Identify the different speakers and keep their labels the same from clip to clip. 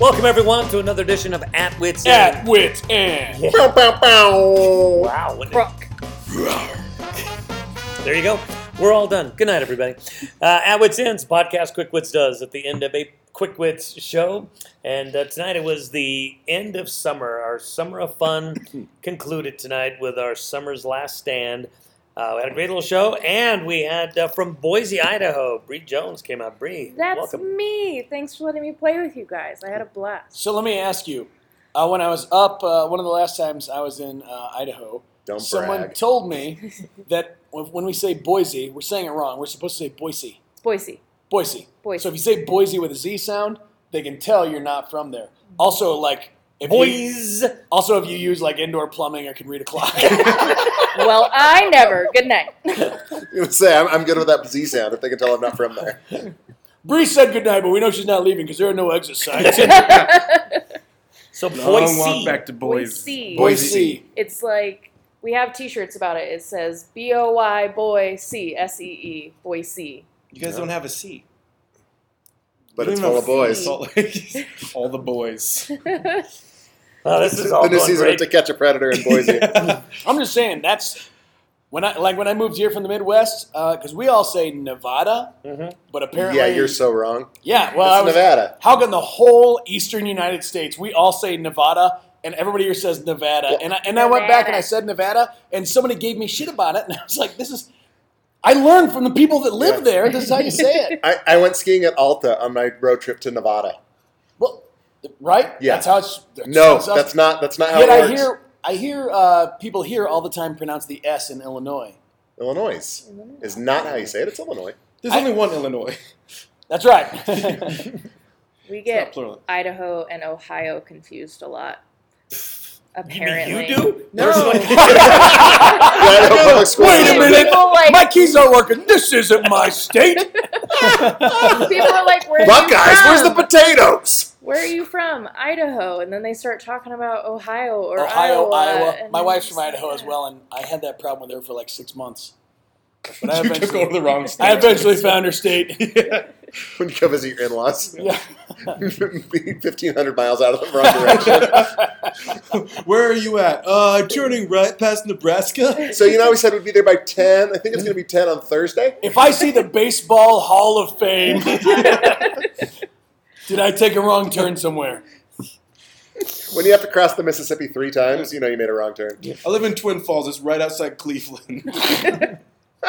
Speaker 1: Welcome everyone to another edition of At Wits
Speaker 2: At
Speaker 1: End.
Speaker 2: wit's end.
Speaker 3: Bow, bow, bow.
Speaker 1: Wow, what a- there you go. We're all done. Good night, everybody. Uh, At Wits Ends podcast. Quick Wits does at the end of a Quick Wits show, and uh, tonight it was the end of summer. Our summer of fun concluded tonight with our summer's last stand. Uh, we had a great little show, and we had uh, from Boise, Idaho, Bree Jones came out. Bree,
Speaker 4: That's
Speaker 1: welcome.
Speaker 4: me. Thanks for letting me play with you guys. I had a blast.
Speaker 2: So let me ask you. Uh, when I was up, uh, one of the last times I was in uh, Idaho,
Speaker 3: Don't
Speaker 2: someone
Speaker 3: brag.
Speaker 2: told me that when when we say Boise, we're saying it wrong. We're supposed to say Boise.
Speaker 4: Boise.
Speaker 2: Boise.
Speaker 4: Boise.
Speaker 2: So if you say Boise with a Z sound, they can tell you're not from there. Also, like, if you,
Speaker 1: Boys.
Speaker 2: also if you use like indoor plumbing or can read a clock.
Speaker 4: well, I never. Good night.
Speaker 3: You would say I'm, I'm good with that Z sound if they can tell I'm not from there.
Speaker 2: Bree said goodnight, but we know she's not leaving because there are no exit signs.
Speaker 1: So
Speaker 5: Long walk
Speaker 1: Boise.
Speaker 5: back to boys.
Speaker 4: Boise.
Speaker 2: Boise.
Speaker 4: It's like we have T-shirts about it. It says B O Y boy C S E E Boise.
Speaker 5: You guys don't have a seat.
Speaker 3: But it's full of boys.
Speaker 4: Salt
Speaker 5: All the boys.
Speaker 1: Oh, this is all
Speaker 3: the new
Speaker 1: going
Speaker 3: season
Speaker 1: great.
Speaker 3: of To Catch a Predator in Boise.
Speaker 2: I'm just saying that's when I like when I moved here from the Midwest because we all say Nevada,
Speaker 1: Mhm.
Speaker 2: but apparently
Speaker 3: yeah, you're so wrong.
Speaker 2: yeah. Well, I
Speaker 3: It's
Speaker 2: was,
Speaker 3: Nevada.
Speaker 2: how can the whole Eastern United States we all say Nevada and everybody here says Nevada and I, and I went back and I
Speaker 4: Nevada.
Speaker 2: said Nevada and somebody gave me shit about it and I was like this is I learned from the people that live
Speaker 3: Yeah.
Speaker 2: there this is how you say it
Speaker 3: I, I went skiing at Alta on my road trip to Nevada.
Speaker 2: well right
Speaker 3: Yeah.
Speaker 2: that's how it's that
Speaker 3: No,
Speaker 2: sounds how-
Speaker 3: that's not that's not how
Speaker 2: yet
Speaker 3: it
Speaker 2: I
Speaker 3: works.
Speaker 2: hear I hear uh, people here all the time pronounce the S in Illinois.
Speaker 3: Illinois is not how you say it. It's Illinois.
Speaker 5: There's
Speaker 2: I-
Speaker 5: only one Illinois.
Speaker 2: That's right.
Speaker 4: We
Speaker 5: It's not
Speaker 4: get
Speaker 5: plural.
Speaker 4: Idaho and Ohio confused a lot.
Speaker 1: You mean
Speaker 4: Apparently,
Speaker 1: you do?
Speaker 5: No.
Speaker 3: Idaho Public Schools.
Speaker 2: Wait a minute.
Speaker 4: People like
Speaker 2: My keys aren't working. This isn't my state.
Speaker 4: people are like, where are you
Speaker 3: Buckeyes, where's the
Speaker 4: from?
Speaker 3: potatoes?
Speaker 4: Where are you from? Idaho, and then they start talking about Ohio or
Speaker 2: Ohio,
Speaker 4: Iowa.
Speaker 2: Iowa.
Speaker 4: and
Speaker 2: My
Speaker 4: then
Speaker 2: wife's
Speaker 4: you
Speaker 2: from
Speaker 4: say
Speaker 2: Idaho as
Speaker 4: that.
Speaker 2: well, and I had that problem with her for like six months. But I
Speaker 5: You took
Speaker 2: eventually,
Speaker 5: over the wrong state.
Speaker 2: I eventually found her state.
Speaker 3: When you go visit your in-laws,
Speaker 2: yeah.
Speaker 3: 1,500 miles out of the wrong direction.
Speaker 5: Where are you at? Uh, turning right past Nebraska.
Speaker 3: So you know we said we'd be there by 10. I think it's going to be 10 on Thursday.
Speaker 2: If I see the baseball Hall of Fame, did I take a wrong turn somewhere?
Speaker 3: When you have to cross the Mississippi three times, you know you made a wrong turn.
Speaker 5: I live in Twin Falls. It's right outside Cleveland.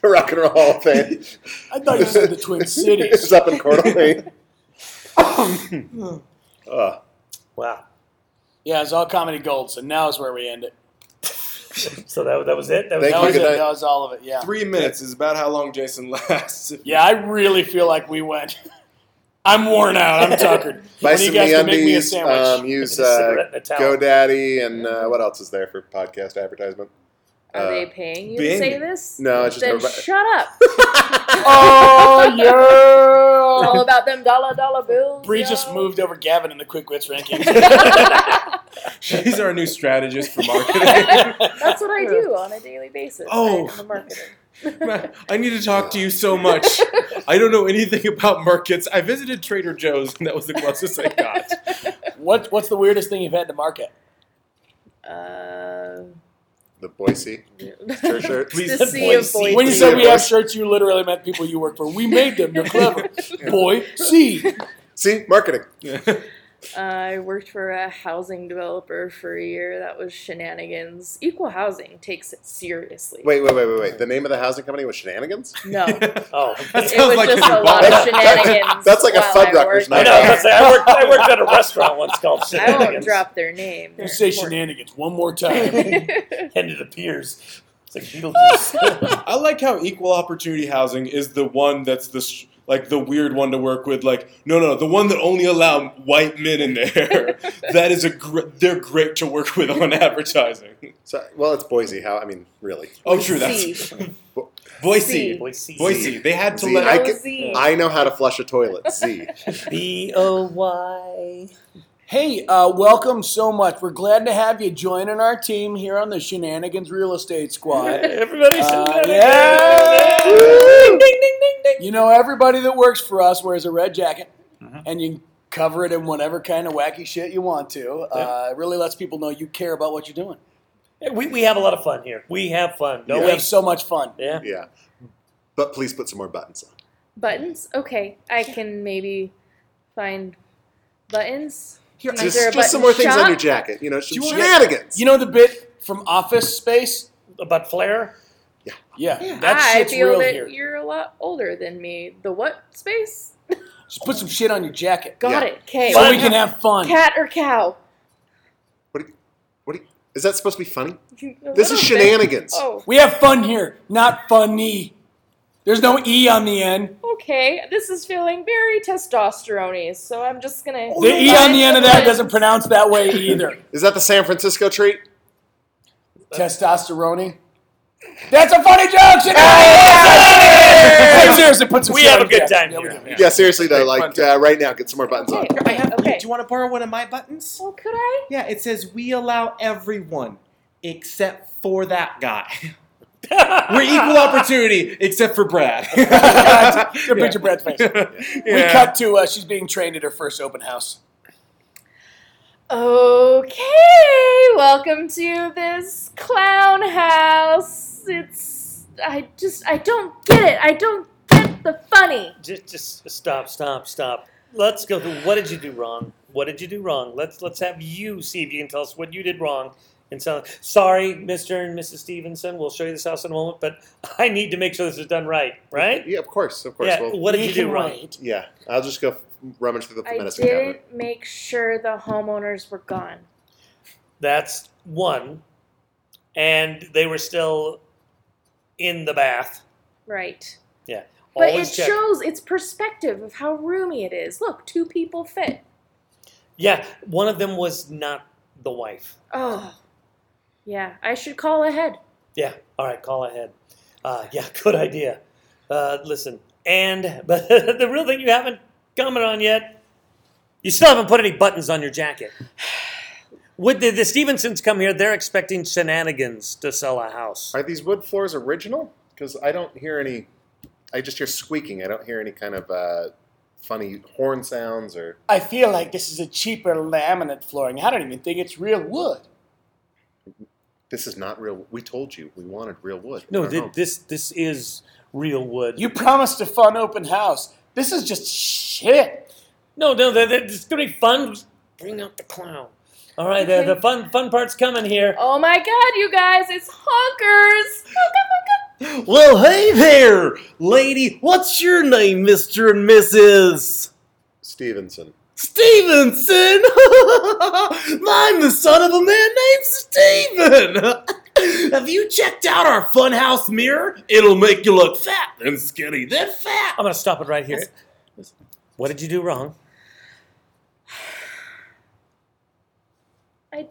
Speaker 3: The Rock and Roll Hall of Fame
Speaker 2: I thought you said the Twin Cities.
Speaker 3: is up in Coeur d'Alene. Oh, Ugh.
Speaker 1: Wow.
Speaker 2: Yeah, it's all comedy gold. So now is where we end it.
Speaker 1: So that, that was it? That was
Speaker 3: Thank
Speaker 2: That
Speaker 3: you,
Speaker 2: was it.
Speaker 3: good night.
Speaker 2: That was all of it. Yeah.
Speaker 5: Three minutes is about how long Jason lasts.
Speaker 2: Yeah, I really feel like we went. I'm worn out. I'm tuckered.
Speaker 3: Buy
Speaker 2: One of you
Speaker 3: some
Speaker 2: guys can
Speaker 3: MeUndies.
Speaker 2: make me a sandwich.
Speaker 3: Um, use
Speaker 1: Just sit
Speaker 3: uh,
Speaker 1: with it in a towel.
Speaker 3: GoDaddy and uh, what else is there for podcast advertisement?
Speaker 4: Are
Speaker 3: Uh,
Speaker 4: they paying you
Speaker 5: Bing.
Speaker 4: to say this?
Speaker 3: No, it's just
Speaker 4: then
Speaker 3: everybody-
Speaker 4: shut up.
Speaker 2: oh yeah.
Speaker 5: Oh,
Speaker 4: All about them dollar dollar bills.
Speaker 2: Bree
Speaker 4: yo.
Speaker 2: just moved over Gavin in the quick wits rankings.
Speaker 5: She's our new strategist for marketing.
Speaker 4: That's what I do on a daily basis.
Speaker 5: Oh.
Speaker 4: I'm a marketer.
Speaker 5: Matt, I need to talk to you so much. I don't know anything about markets. I visited Trader Joe's, and that was the closest I got.
Speaker 2: what what's the weirdest thing you've had to market?
Speaker 4: Uh,
Speaker 3: The Boise
Speaker 4: the
Speaker 3: shirt shirt.
Speaker 5: Please,
Speaker 4: the sea of
Speaker 5: Boise.
Speaker 4: Boise.
Speaker 2: When you said we have shirts, you literally meant people you work for. We made them. You're clever, boy. See,
Speaker 3: See, marketing.
Speaker 4: I worked for a housing developer for a year. That was shenanigans. Equal housing takes it seriously.
Speaker 3: Wait, wait, wait, wait, wait. The name of the housing company was Shenanigans?
Speaker 4: No, it
Speaker 1: Oh.
Speaker 5: That sounds
Speaker 4: was
Speaker 5: like
Speaker 4: just
Speaker 5: his
Speaker 4: a lot of
Speaker 3: boss.
Speaker 4: shenanigans.
Speaker 3: That's like a
Speaker 4: while I
Speaker 3: Fuddruckers
Speaker 4: worked
Speaker 1: I
Speaker 3: night
Speaker 1: know. I, was gonna say,
Speaker 4: there.
Speaker 1: I, worked, I worked at a restaurant once called
Speaker 4: I
Speaker 1: Shenanigans.
Speaker 4: won't drop their name.
Speaker 2: you
Speaker 4: They're
Speaker 2: say
Speaker 4: important.
Speaker 2: shenanigans one more time.
Speaker 1: And it appears. It's like Beetlejuice.
Speaker 5: I like how equal opportunity housing is the one that's the sh- like the weird one to work with. Like, no, no, the one that only allow white men in there. that is a gr- they're great to work with on advertising.
Speaker 3: So, well, it's Boise. How? I mean, really.
Speaker 5: Oh, true, that's
Speaker 4: See.
Speaker 5: Boise.
Speaker 1: Boise.
Speaker 5: Boise. They had to
Speaker 3: Z.
Speaker 5: let.
Speaker 3: I
Speaker 4: Oh,
Speaker 3: can-
Speaker 4: Z.
Speaker 3: I know how to flush a toilet. Z.
Speaker 1: B O Y.
Speaker 2: hey, uh, welcome so much. We're glad to have you joining our team here on the Shenanigans Real Estate Squad.
Speaker 1: Everybody
Speaker 2: Uh,
Speaker 1: Shenanigans.
Speaker 2: yeah.
Speaker 1: Ding, ding, ding, ding, ding.
Speaker 3: Mm-hmm.
Speaker 2: You know, everybody that works for us wears a red jacket, and you cover it in whatever kind of wacky shit you want to. Uh, it really lets people know you care about what you're doing.
Speaker 1: We, we have a lot of fun here. We have fun, don't
Speaker 2: You
Speaker 1: we?
Speaker 2: have so much fun.
Speaker 1: Yeah.
Speaker 3: Yeah. But please put some more buttons on.
Speaker 4: Buttons? Okay, I can maybe find buttons.
Speaker 3: Here,
Speaker 4: Is
Speaker 3: just,
Speaker 4: there a
Speaker 3: just some
Speaker 4: button
Speaker 3: more things
Speaker 4: shop?
Speaker 3: on your jacket. You know,
Speaker 2: you
Speaker 3: some
Speaker 2: wanna-
Speaker 3: shenanigans.
Speaker 2: You know the bit from Office Space?
Speaker 1: About flair.
Speaker 2: Yeah, that
Speaker 4: I
Speaker 2: shit's
Speaker 4: feel
Speaker 2: real
Speaker 4: that
Speaker 2: here.
Speaker 4: you're a lot older than me. The what space?
Speaker 2: Just put some shit on your jacket
Speaker 4: Got
Speaker 3: Yeah.
Speaker 4: it. Okay.
Speaker 2: so we can have fun.
Speaker 4: Cat or cow?
Speaker 3: what, do you- what do you- is that supposed to be funny?
Speaker 4: A
Speaker 3: This
Speaker 4: little
Speaker 3: is
Speaker 4: bit.
Speaker 3: shenanigans.
Speaker 4: Oh,
Speaker 2: We have fun here, not funny. There's no e on the end.
Speaker 4: okay. This is feeling very testosterone so I'm just gonna.
Speaker 2: The e on the end of that doesn't pronounce that way either.
Speaker 3: Is that the San Francisco treat?
Speaker 2: Testosterone. That's a funny joke. Shit. Hey, seriously, put some
Speaker 1: We
Speaker 2: shit
Speaker 1: have
Speaker 2: on
Speaker 1: a
Speaker 2: your
Speaker 1: good time
Speaker 2: jacket. Yeah, we
Speaker 1: here.
Speaker 3: Yeah, seriously though,
Speaker 5: Great
Speaker 3: like
Speaker 5: fun
Speaker 3: uh, right now, get some more buttons on.
Speaker 4: Okay, okay, okay.
Speaker 6: Do you want to borrow one of my buttons?
Speaker 4: Well, could I?
Speaker 6: Yeah, it says we allow everyone except for that guy. We're equal opportunity except for Brad.
Speaker 2: Good picture, Brad's face. We
Speaker 6: Yeah.
Speaker 2: cut to uh, she's being trained at her first open house.
Speaker 4: Okay, welcome to this clown house. It's I just I don't get it. I don't get the funny.
Speaker 1: Just just stop, stop, stop. Let's go through. What did you do wrong? What did you do wrong? Let's let's have you see if you can tell us what you did wrong. And so, sorry, Mr. and Mrs. Stevenson. We'll show you this house in a moment, but I need to make sure this is done right, right?
Speaker 3: Yeah, of course, of course.
Speaker 1: Yeah.
Speaker 3: Well,
Speaker 1: What did you
Speaker 2: can
Speaker 1: do wrong?
Speaker 2: wait.
Speaker 3: yeah, I'll just go f- rummage through the
Speaker 4: I
Speaker 3: medicine cabinet.
Speaker 4: didn't make sure the homeowners were gone.
Speaker 1: That's one. And they were still in the bath.
Speaker 4: Right.
Speaker 1: Yeah.
Speaker 4: But
Speaker 1: Always
Speaker 4: it
Speaker 1: check.
Speaker 4: shows its perspective of how roomy it is. Look, two people fit.
Speaker 1: yeah, one of them was not the wife.
Speaker 4: Oh. Yeah, I should call ahead.
Speaker 1: Yeah. All right. Call ahead. Uh, yeah. Good idea. Uh, listen. And but the real thing you haven't commented on yet, you still haven't put any buttons on your jacket. Would the, the Stevensons come here? They're expecting shenanigans to sell a house.
Speaker 3: Are these wood floors original? Because I don't hear any. I just hear squeaking. I don't hear any kind of uh, funny horn sounds or.
Speaker 2: I feel like this is a cheaper laminate flooring. I don't even think it's real wood.
Speaker 3: This is not real. We told you we wanted real wood.
Speaker 1: No,
Speaker 3: Our
Speaker 1: th-
Speaker 3: home.
Speaker 1: this this is real wood.
Speaker 2: You promised a fun open house. This is just shit.
Speaker 1: no, no, th- th- it's gonna be fun. Bring out the clown. All right, the- the,
Speaker 4: Okay.
Speaker 1: fun fun part's coming here.
Speaker 4: Oh my god, you guys, it's honkers!
Speaker 6: well, hey there, lady. What's your name, Mr. and Mrs.
Speaker 3: Stevenson.
Speaker 6: Stevenson? I'm the son of a man named Steven. Have you checked out our funhouse mirror? It'll make you look fat and skinny, then fat.
Speaker 1: I'm gonna stop it right here. What did you do wrong?
Speaker 4: I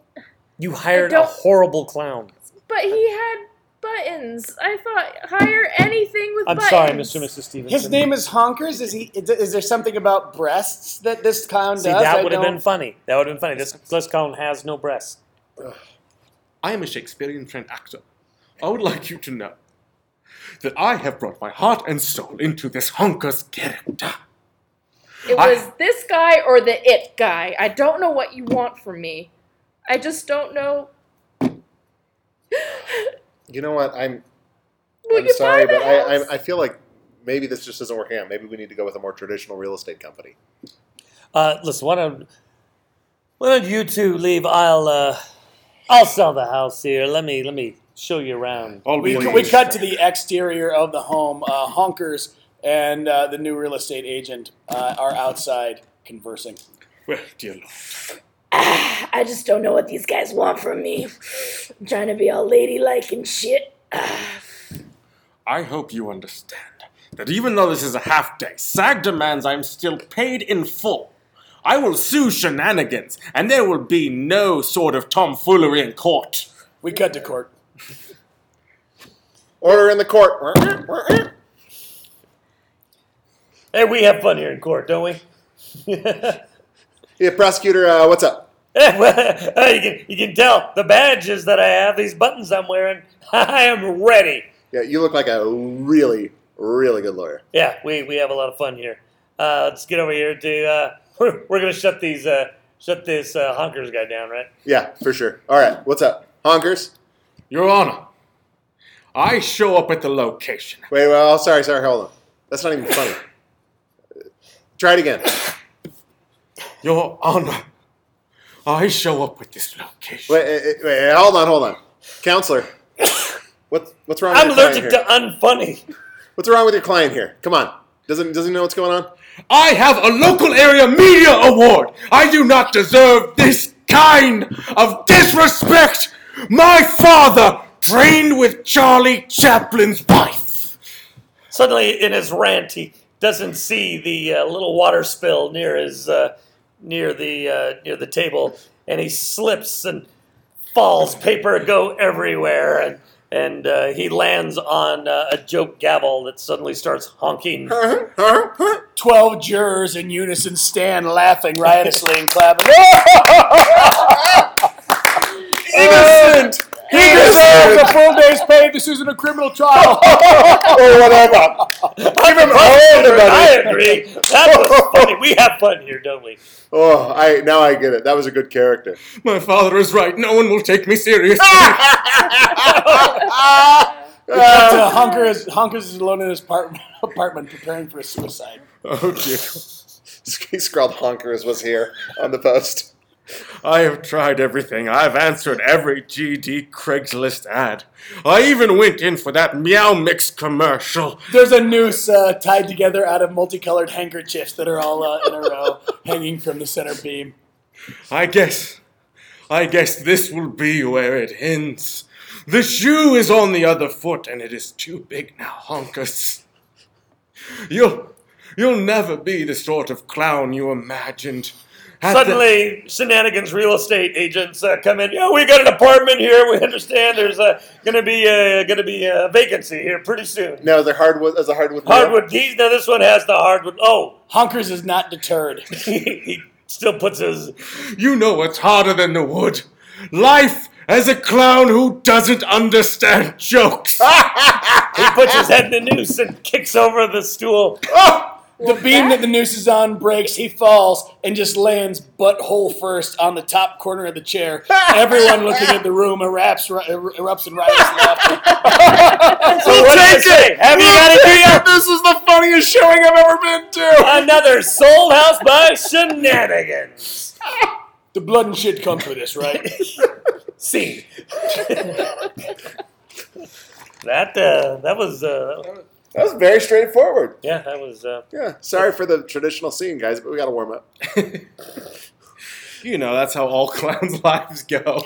Speaker 1: You hired a
Speaker 4: don't-
Speaker 1: horrible clown.
Speaker 4: But he had buttons. I thought hire anything with
Speaker 1: I'm
Speaker 4: buttons.
Speaker 1: sorry, Mr. and Mrs. Stevenson.
Speaker 2: His name is Honkers. Is he? Is there something about breasts that this clown
Speaker 1: See,
Speaker 2: does?
Speaker 1: that
Speaker 2: I
Speaker 1: would have
Speaker 2: don't-
Speaker 1: been funny. That would have been funny. This this clown has no breasts.
Speaker 7: I am a Shakespearean trained actor. I would like you to know that I have brought my heart and soul into this honker's character.
Speaker 4: It
Speaker 7: I-
Speaker 4: was this guy or the it guy. I don't know what you want from me. I just don't know.
Speaker 3: You know what? I'm.
Speaker 4: Will
Speaker 3: I'm
Speaker 4: you
Speaker 3: sorry,
Speaker 4: buy the
Speaker 3: but I,
Speaker 4: house?
Speaker 3: I I feel like maybe this just doesn't work out. Maybe we need to go with a more traditional real estate company.
Speaker 1: Uh, listen, why don't why don't you two leave? I'll uh, I'll sell the house here. Let me let me show you around.
Speaker 7: I'll
Speaker 2: We,
Speaker 7: be
Speaker 2: we cut to the exterior of the home. Uh, honkers and uh, the new real estate agent uh, are outside conversing.
Speaker 7: Well, dear Lord.
Speaker 4: Ah, I just don't know what these guys want from me. I'm trying to be all ladylike and shit. Ah.
Speaker 7: I hope you understand that even though this is a half day, SAG demands I'm still paid in full. I will sue shenanigans, and there will be no sort of tomfoolery in court.
Speaker 2: We cut to court.
Speaker 3: Order in the court.
Speaker 1: Hey, we have fun here in court, don't we?
Speaker 3: Yeah, prosecutor. Uh, what's up?
Speaker 1: Eh, well, eh, you, can, you can tell the badges that I have, these buttons I'm wearing. I am ready.
Speaker 3: Yeah, you look like a really, really good lawyer.
Speaker 1: Yeah, we, we have a lot of fun here. Uh, let's get over here to uh, We're, we're gonna shut these uh, shut this uh, honkers guy down, right?
Speaker 3: Yeah, for sure. All right, what's up, honkers?
Speaker 7: Your Honor, I show up at the location.
Speaker 3: Wait, well, sorry, sorry, hold on. That's not even funny. Try it again.
Speaker 7: Your Honor, I show up at this location.
Speaker 3: Wait, eh, eh, wait, eh, hold on, hold on, counselor. What's what's wrong?
Speaker 1: I'm
Speaker 3: with your
Speaker 1: allergic
Speaker 3: client here?
Speaker 1: to unfunny.
Speaker 3: What's wrong with your client here? Come on, doesn't doesn't he know what's going on?
Speaker 7: I have a local area media award. I do not deserve this kind of disrespect. My father trained with Charlie Chaplin's wife.
Speaker 1: Suddenly, in his rant, he doesn't see the uh, little water spill near his uh, near the uh, near the table, and he slips and falls. Paper go everywhere, and and uh, he lands on uh, a joke gavel that suddenly starts honking.
Speaker 3: Uh-huh,
Speaker 2: Twelve jurors in unison stand laughing riotously and clapping.
Speaker 3: Innocent.
Speaker 2: He deserves a full day's pay. This isn't a criminal trial.
Speaker 3: or whatever.
Speaker 1: Give him I agree. That was funny. We have fun here, don't we?
Speaker 3: Oh, I now I get it. That was a good character.
Speaker 7: My father is right. No one will take me seriously.
Speaker 2: Uh, Hunker is Hunkers is alone in his apartment, apartment preparing for a suicide.
Speaker 7: oh dear.
Speaker 3: he scrawled honkers was here on the post.
Speaker 7: I have tried everything. I've answered every GD Craigslist ad. I even went in for that Meow Mix commercial.
Speaker 2: There's a noose uh, tied together out of multicolored handkerchiefs that are all uh, in a row, hanging from the center beam.
Speaker 7: I guess. I guess this will be where it ends. The shoe is on the other foot, and it is too big now, Honkus. You'll, you'll never be the sort of clown you imagined. At the-
Speaker 1: Suddenly, shenanigans real estate agents uh, come in. Yeah, we got an apartment here. We understand there's uh, going to be a going to be a vacancy here pretty soon.
Speaker 3: Now, is there hardwood? Is a hardwood? nail?
Speaker 1: Hardwood. He's now this one has the hardwood. Oh,
Speaker 2: Hunkers is not deterred.
Speaker 1: he still puts his.
Speaker 7: You know what's harder than the wood? Life as a clown who doesn't understand jokes.
Speaker 2: Ah,
Speaker 1: He puts his head in the noose and kicks over the stool.
Speaker 2: The beam that the noose is on breaks. He falls and just lands butthole first on the top corner of the chair. Everyone looking at the room erupts, erupts in riotous laughter.
Speaker 1: So what do you say? Have you got it? Julia?
Speaker 7: this is the funniest showing I've ever been to.
Speaker 1: Another sold house by shenanigans.
Speaker 2: The blood and shit come for this, right?
Speaker 1: See. that uh, that was uh,
Speaker 3: That was very straightforward.
Speaker 1: yeah that was. Uh,
Speaker 3: Yeah. Sorry for the traditional scene, guys, but we got to warm up.
Speaker 7: You know that's how all clowns' lives go.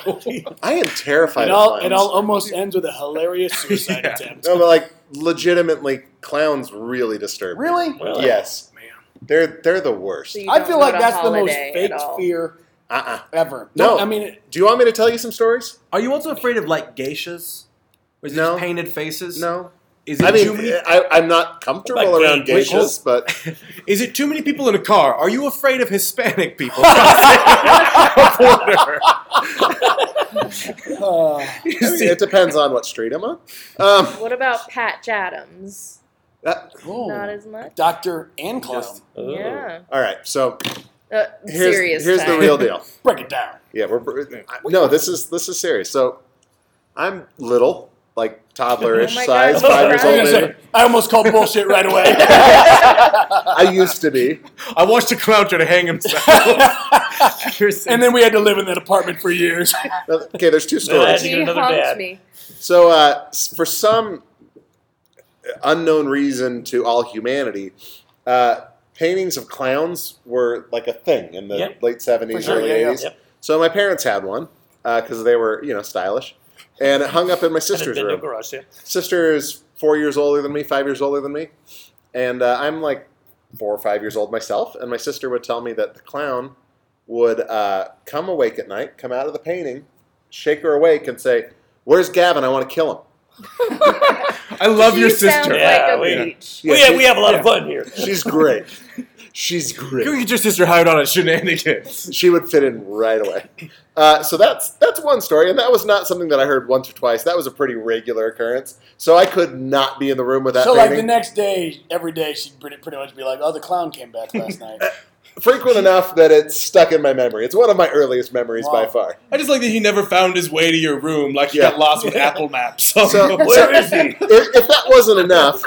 Speaker 3: I am terrified
Speaker 2: It
Speaker 3: of
Speaker 2: all
Speaker 3: clowns.
Speaker 2: it all almost ends with a hilarious suicide
Speaker 7: Yeah.
Speaker 2: attempt.
Speaker 3: No, but like legitimately, clowns really disturb. me.
Speaker 2: Really? Oh,
Speaker 1: really.
Speaker 3: Yes. Man. They're they're the worst.
Speaker 4: So you
Speaker 2: I
Speaker 4: don't
Speaker 2: feel
Speaker 4: go
Speaker 2: like
Speaker 4: to
Speaker 2: that's the most
Speaker 4: holiday at
Speaker 2: faked
Speaker 4: all.
Speaker 2: fear
Speaker 3: Uh uh
Speaker 2: ever.
Speaker 3: No.
Speaker 2: Don't- I mean,
Speaker 3: Do you want me to tell you some stories?
Speaker 6: Are you also afraid of like geishas? Or is it
Speaker 3: No.
Speaker 6: just painted faces?
Speaker 3: No.
Speaker 6: Is it
Speaker 3: I
Speaker 6: too
Speaker 3: mean,
Speaker 5: uh,
Speaker 3: uh,
Speaker 6: many?
Speaker 3: I, I'm not comfortable
Speaker 1: Like
Speaker 3: around
Speaker 1: gay
Speaker 3: geishas, but
Speaker 6: Is it too many people in a car? Are you afraid of Hispanic people?
Speaker 2: uh,
Speaker 3: I mean, it depends on what street I'm on. Um, uh,
Speaker 4: What about Patch Adams?
Speaker 3: that-
Speaker 2: whoa.
Speaker 4: Not as much.
Speaker 2: Doctor and clown.
Speaker 1: Ooh.
Speaker 4: Yeah.
Speaker 3: all right,
Speaker 4: Uh,
Speaker 3: so here's
Speaker 4: serious.
Speaker 3: here's the
Speaker 4: time.
Speaker 3: real deal.
Speaker 2: Break it down.
Speaker 3: Yeah, we're I- no. This is this is serious. So I'm little, like toddlerish
Speaker 4: Oh my
Speaker 3: size,
Speaker 4: God,
Speaker 3: five years
Speaker 4: Brian.
Speaker 2: I,
Speaker 3: old.
Speaker 2: was gonna
Speaker 3: maybe.
Speaker 2: say, I almost called bullshit right away.
Speaker 3: I used to be.
Speaker 7: I watched a clown try to hang himself.
Speaker 2: and then we had to live in that apartment for years.
Speaker 3: Okay, there's two
Speaker 1: No, I had
Speaker 3: stories.
Speaker 1: to
Speaker 4: He
Speaker 1: get another
Speaker 4: honked
Speaker 1: bad.
Speaker 4: me.
Speaker 3: So uh, s- for some unknown reason to all humanity, uh, paintings of clowns were like a thing in the
Speaker 1: Yep.
Speaker 3: late seventies,
Speaker 2: For sure,
Speaker 3: early
Speaker 2: yeah, yeah.
Speaker 3: eighties.
Speaker 1: Yep.
Speaker 3: So my parents had one because they were you know stylish, and it hung up in my sister's
Speaker 1: Nintendo
Speaker 3: room.
Speaker 1: garage sale.
Speaker 3: sister is four years older than me, five years older than me, and uh, I'm like four or five years old myself. And my sister would tell me that the clown would uh, come awake at night, come out of the painting, shake her awake, and say, "Where's Gavin? I want to kill
Speaker 1: Oh,
Speaker 3: him."
Speaker 7: I love
Speaker 4: She
Speaker 7: your
Speaker 4: sounds
Speaker 7: sister.
Speaker 4: Like
Speaker 1: Yeah,
Speaker 4: a
Speaker 1: we-
Speaker 4: leech.
Speaker 1: we,
Speaker 3: Yeah,
Speaker 1: have, we have a lot of fun here.
Speaker 3: She's great. She's
Speaker 7: You
Speaker 3: great.
Speaker 7: get your sister hired on at shenanigans.
Speaker 3: She would fit in right away. Uh, so that's that's one story, and that was not something that I heard once or twice. That was a pretty regular occurrence. So I could not be in the room with that.
Speaker 2: so, like
Speaker 3: painting.
Speaker 2: the next day, every day, she'd pretty, pretty much be like, oh, the clown came back last night.
Speaker 3: frequent enough that it's stuck in my memory. It's one of my earliest memories by
Speaker 6: Wow.
Speaker 3: far.
Speaker 5: I just like that he never found his way to your room. Like he
Speaker 3: Yeah.
Speaker 5: got lost with Apple Maps.
Speaker 3: So-
Speaker 1: Where is he?
Speaker 3: if, if that wasn't enough,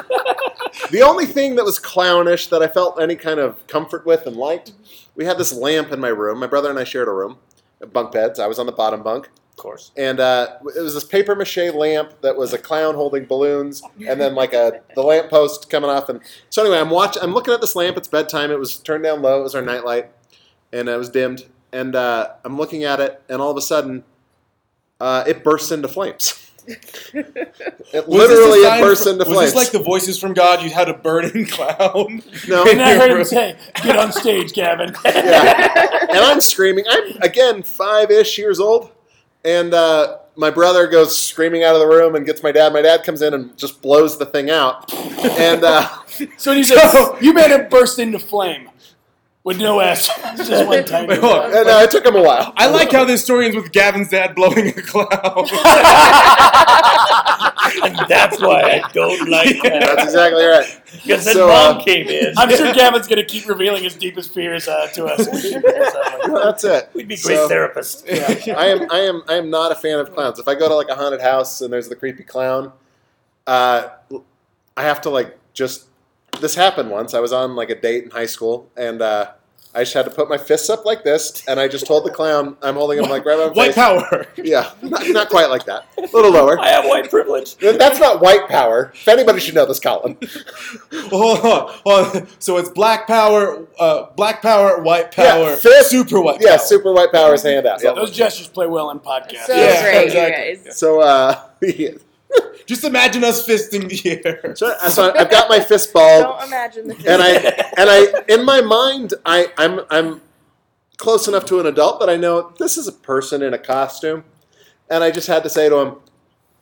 Speaker 3: the only thing that was clownish that I felt any kind of comfort with and liked, we had this lamp in my room. My brother and I shared a room, bunk beds. I was on the bottom bunk.
Speaker 1: Of course.
Speaker 3: And uh, it was this paper mache lamp that was a clown holding balloons, and then like a the lamp post coming off. And so anyway, I'm watching. I'm looking at this lamp. It's bedtime. It was turned down low. It was our nightlight, and it was dimmed. And uh, I'm looking at it, and all of a sudden, uh, it bursts into flames. it
Speaker 5: Was this a
Speaker 3: literally
Speaker 5: sign
Speaker 3: it bursts
Speaker 5: from-
Speaker 3: into
Speaker 5: was
Speaker 3: flames.
Speaker 5: this like the voices from God? You had a burning clown.
Speaker 3: no,
Speaker 2: And I
Speaker 5: You're
Speaker 2: heard him
Speaker 5: broke.
Speaker 2: say, "Get on stage, Gavin."
Speaker 3: yeah. and I'm screaming. I'm again five ish years old, and uh, my brother goes screaming out of the room and gets my dad. My dad comes in and just blows the thing out, and uh,
Speaker 2: So when you said, "You made him burst into flame," with no S, just one time.
Speaker 5: Wait, hold on.
Speaker 3: and uh, it took him a while.
Speaker 5: I like how this story ends with Gavin's dad blowing a clown.
Speaker 1: And that's why I don't like
Speaker 3: That's
Speaker 1: that.
Speaker 3: exactly right.
Speaker 1: Because then
Speaker 3: So,
Speaker 1: mom
Speaker 3: uh,
Speaker 1: came in.
Speaker 2: I'm sure Gavin's gonna keep revealing his deepest fears uh, to us.
Speaker 3: That's it.
Speaker 1: We'd be great
Speaker 3: So-
Speaker 1: therapists.
Speaker 3: I am. I am. I am not a fan of clowns. If I go to like a haunted house and there's the creepy clown, uh, I have to like just. This happened once. I was on like a date in high school, and uh, I just had to put my fists up like this, and I just told the clown I'm holding him like right on my
Speaker 5: White
Speaker 3: face.
Speaker 5: power.
Speaker 3: Yeah, not, not quite like that. A little lower.
Speaker 1: I have white privilege.
Speaker 3: That's not white power. If anybody should know this, Colin.
Speaker 5: Hold on, hold on. So it's black power, uh, black power, white
Speaker 3: Yeah,
Speaker 5: power,
Speaker 3: fifth-
Speaker 5: super white
Speaker 3: Yeah,
Speaker 5: power.
Speaker 3: super white power is handout. Yeah.
Speaker 2: Those gestures play well in podcasts.
Speaker 4: So
Speaker 5: Yeah,
Speaker 4: great,
Speaker 5: exactly.
Speaker 4: you guys.
Speaker 3: So, uh, yeah.
Speaker 5: Just imagine us fisting the air.
Speaker 3: so, uh, so I've got my fist balled.
Speaker 4: Don't imagine this.
Speaker 3: and I and I in my mind I I'm I'm close enough to an adult that I know this is a person in a costume, and I just had to say to him,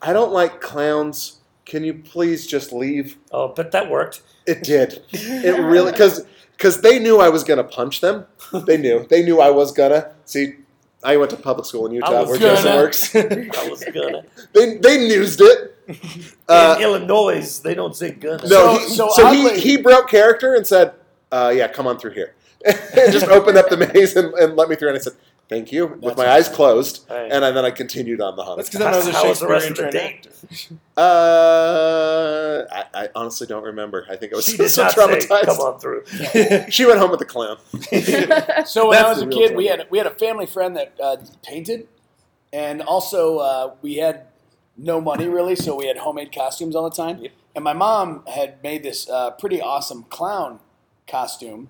Speaker 3: I don't like clowns. Can you please just leave?
Speaker 1: Oh, but that worked.
Speaker 3: It did. It really because because they knew I was gonna punch them. They knew. They knew I was gonna see. I went to public school in Utah
Speaker 1: was
Speaker 3: where Jason
Speaker 2: gonna.
Speaker 3: works. they
Speaker 1: I was gonna.
Speaker 3: they newsed it. Uh,
Speaker 1: in Illinois, they don't say gonna.
Speaker 2: So-
Speaker 3: no, he, so,
Speaker 2: so
Speaker 3: he,
Speaker 2: oddly-
Speaker 3: he broke character and said, uh, "Yeah, come on through here." and just opened up the maze and, and let me through. And I said, "Thank you," with
Speaker 2: That's
Speaker 3: my eyes closed.
Speaker 1: Right.
Speaker 3: And I, then I continued on the
Speaker 5: That's
Speaker 3: hunt.
Speaker 5: because I was a
Speaker 1: How was the rest
Speaker 5: Shakespearean
Speaker 1: of the
Speaker 5: trained
Speaker 1: date?
Speaker 5: actor.
Speaker 3: Uh, I, I honestly don't remember. I think I was
Speaker 1: She did
Speaker 3: so
Speaker 1: not
Speaker 3: traumatized.
Speaker 1: say, "Come on through."
Speaker 3: She went home with the clown.
Speaker 2: So when
Speaker 5: That's
Speaker 2: I was
Speaker 5: the
Speaker 2: a
Speaker 5: real
Speaker 2: kid, we
Speaker 5: trouble.
Speaker 2: had we had a family friend that uh, painted, and also uh, we had no money really, so we had homemade costumes all the time.
Speaker 1: Yep.
Speaker 2: And my mom had made this uh, pretty awesome clown costume,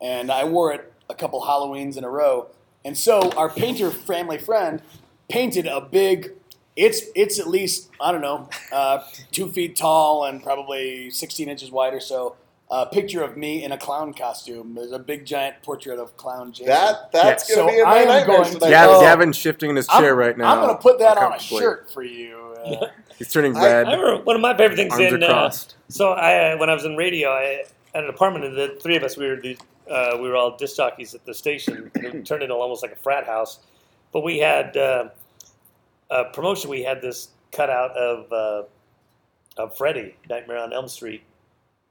Speaker 2: and I wore it a couple Halloweens in a row. And so our painter family friend painted a big. It's it's at least I don't know uh, two feet tall and probably sixteen inches wide or so. A picture of me in a clown costume. There's a big giant portrait of clown Jason.
Speaker 3: That that's
Speaker 2: Yeah,
Speaker 3: gonna
Speaker 2: so
Speaker 3: be in
Speaker 2: I
Speaker 3: my
Speaker 2: am
Speaker 3: nightmares
Speaker 2: going
Speaker 3: tonight.
Speaker 2: to-
Speaker 3: Oh,
Speaker 2: Yeah,
Speaker 7: Gavin shifting in his chair
Speaker 2: I'm,
Speaker 7: right now.
Speaker 2: I'm gonna put that on a
Speaker 7: Contemplate.
Speaker 2: shirt for you. Uh,
Speaker 7: He's turning
Speaker 3: I-
Speaker 7: red.
Speaker 1: I remember one of my favorite things
Speaker 7: arms
Speaker 1: in. Uh,
Speaker 7: across.
Speaker 1: so I, uh, when I was in radio, I had an apartment, and the three of us we were the, uh, we were all disc jockeys at the station. It turned into almost like a frat house, but we had uh, a promotion. We had this cutout of uh, of Freddy Nightmare on Elm Street,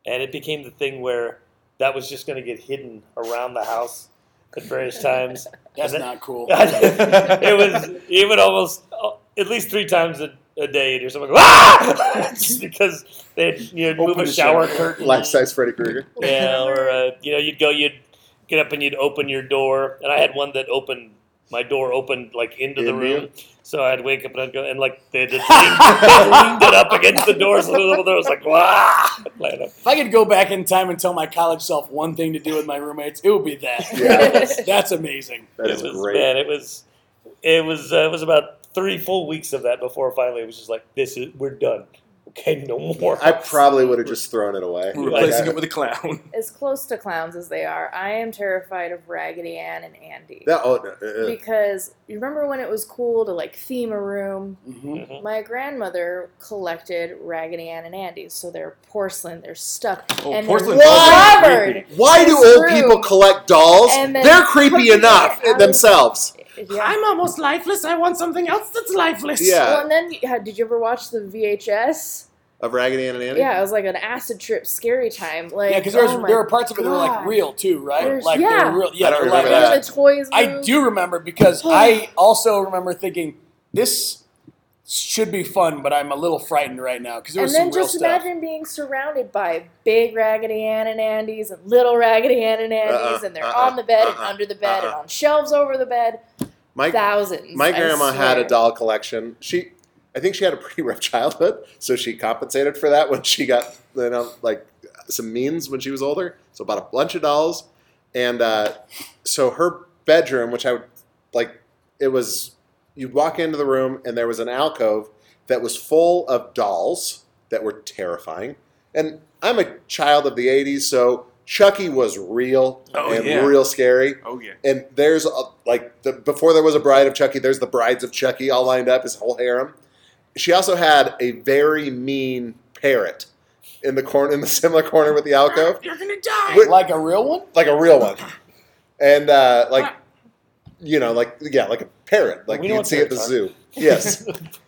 Speaker 1: and it became the thing where that was just going to get hidden around the house at various times.
Speaker 2: that's
Speaker 1: And then-
Speaker 2: not cool.
Speaker 1: it was it would almost uh, at least three times a, a day or something. Ah! Just because they'd you know, Oh, move
Speaker 5: Open
Speaker 1: a
Speaker 5: the
Speaker 1: shower
Speaker 5: shower.
Speaker 1: curtain,
Speaker 3: Life size Freddy Krueger.
Speaker 1: yeah, or uh, you know you'd go you'd get up and you'd open your door, and I had one that opened my door opened like into the
Speaker 3: Into
Speaker 1: room,
Speaker 3: you?
Speaker 1: so I'd wake up and I'd go and like they just leaned, they leaned it up against the door, so the door was like wah. Light up.
Speaker 2: if I could go back in time and tell my college self one thing to do with my roommates, it would be that.
Speaker 3: Yeah.
Speaker 2: that's, that's amazing.
Speaker 3: That
Speaker 1: it
Speaker 3: is
Speaker 1: was
Speaker 3: great.
Speaker 1: man, it was it was uh, it was about three full weeks of that before finally it was just like this is we're done. Okay, no more.
Speaker 3: I probably would have just thrown it away.
Speaker 5: We're
Speaker 3: Like,
Speaker 5: replacing
Speaker 3: I-
Speaker 5: it with a clown.
Speaker 4: as close to clowns as they are, I am terrified of Raggedy Ann and Andy.
Speaker 3: that, oh, no, uh, uh,
Speaker 4: because you remember when it was cool to like theme a room?
Speaker 2: Mhm.
Speaker 1: Mm-hmm.
Speaker 4: My grandmother collected Raggedy Ann and Andy's, so they're porcelain, they're stuck,
Speaker 5: Oh,
Speaker 4: and
Speaker 5: porcelain
Speaker 4: they're
Speaker 3: dolls are
Speaker 4: covered.
Speaker 3: why do
Speaker 4: It's
Speaker 3: old
Speaker 4: rude.
Speaker 3: people collect dolls?
Speaker 4: And then-
Speaker 3: They're creepy
Speaker 4: Yeah,
Speaker 3: enough
Speaker 4: I was-
Speaker 3: themselves.
Speaker 4: Yeah.
Speaker 6: almost lifeless. I want something else that's lifeless.
Speaker 3: Yeah.
Speaker 4: Well, and then you- how- did you ever watch the VHS?
Speaker 3: of Raggedy Ann and Annie?
Speaker 4: Yeah, it was like an acid trip, scary time. Like,
Speaker 2: yeah, because there was
Speaker 4: oh my
Speaker 2: there were parts of it that were like
Speaker 4: God.
Speaker 2: real too, right?
Speaker 4: There's-
Speaker 2: like they
Speaker 4: yeah. Oh.
Speaker 2: were real. Yeah,
Speaker 3: I don't
Speaker 2: they were
Speaker 3: remember
Speaker 2: live
Speaker 3: that.
Speaker 4: Where the toys.
Speaker 2: I
Speaker 4: moved.
Speaker 2: do remember because I also remember thinking this should be fun, but I'm a little frightened right now because there
Speaker 4: And
Speaker 2: was
Speaker 4: then
Speaker 2: some real
Speaker 4: just
Speaker 2: stuff.
Speaker 4: imagine being surrounded by big Raggedy Ann and Andy's and little Raggedy Ann and Andy's,
Speaker 3: Uh-uh,
Speaker 4: and they're
Speaker 3: uh-uh,
Speaker 4: on the bed and
Speaker 3: uh-uh,
Speaker 4: under the bed and
Speaker 3: uh-uh.
Speaker 4: on shelves over the bed.
Speaker 3: My,
Speaker 4: Thousands.
Speaker 3: My
Speaker 4: I
Speaker 3: grandma had a
Speaker 4: swear.
Speaker 3: doll collection. She, I think she had a pretty rough childhood, so she compensated for that when she got you know like some means when she was older. So bought a bunch of dolls, and uh, so her bedroom, which I would like, it was you'd walk into the room and there was an alcove that was full of dolls that were terrifying. And I'm a child of the '80s, so Chucky was real
Speaker 7: Oh,
Speaker 3: and
Speaker 7: yeah.
Speaker 3: real scary
Speaker 7: Oh yeah.
Speaker 3: and there's a, like the before there was a bride of Chucky, there's the brides of Chucky all lined up, his whole harem. She also had a very mean parrot in the corner, in the similar corner with the alcove,
Speaker 7: You're gonna die.
Speaker 3: Wait.
Speaker 2: like a real one.
Speaker 3: like a real one, and uh, like you know, like yeah, like a parrot, like
Speaker 1: We know
Speaker 3: you'd
Speaker 1: what
Speaker 3: see at the
Speaker 1: parrots are.
Speaker 3: zoo. Yes.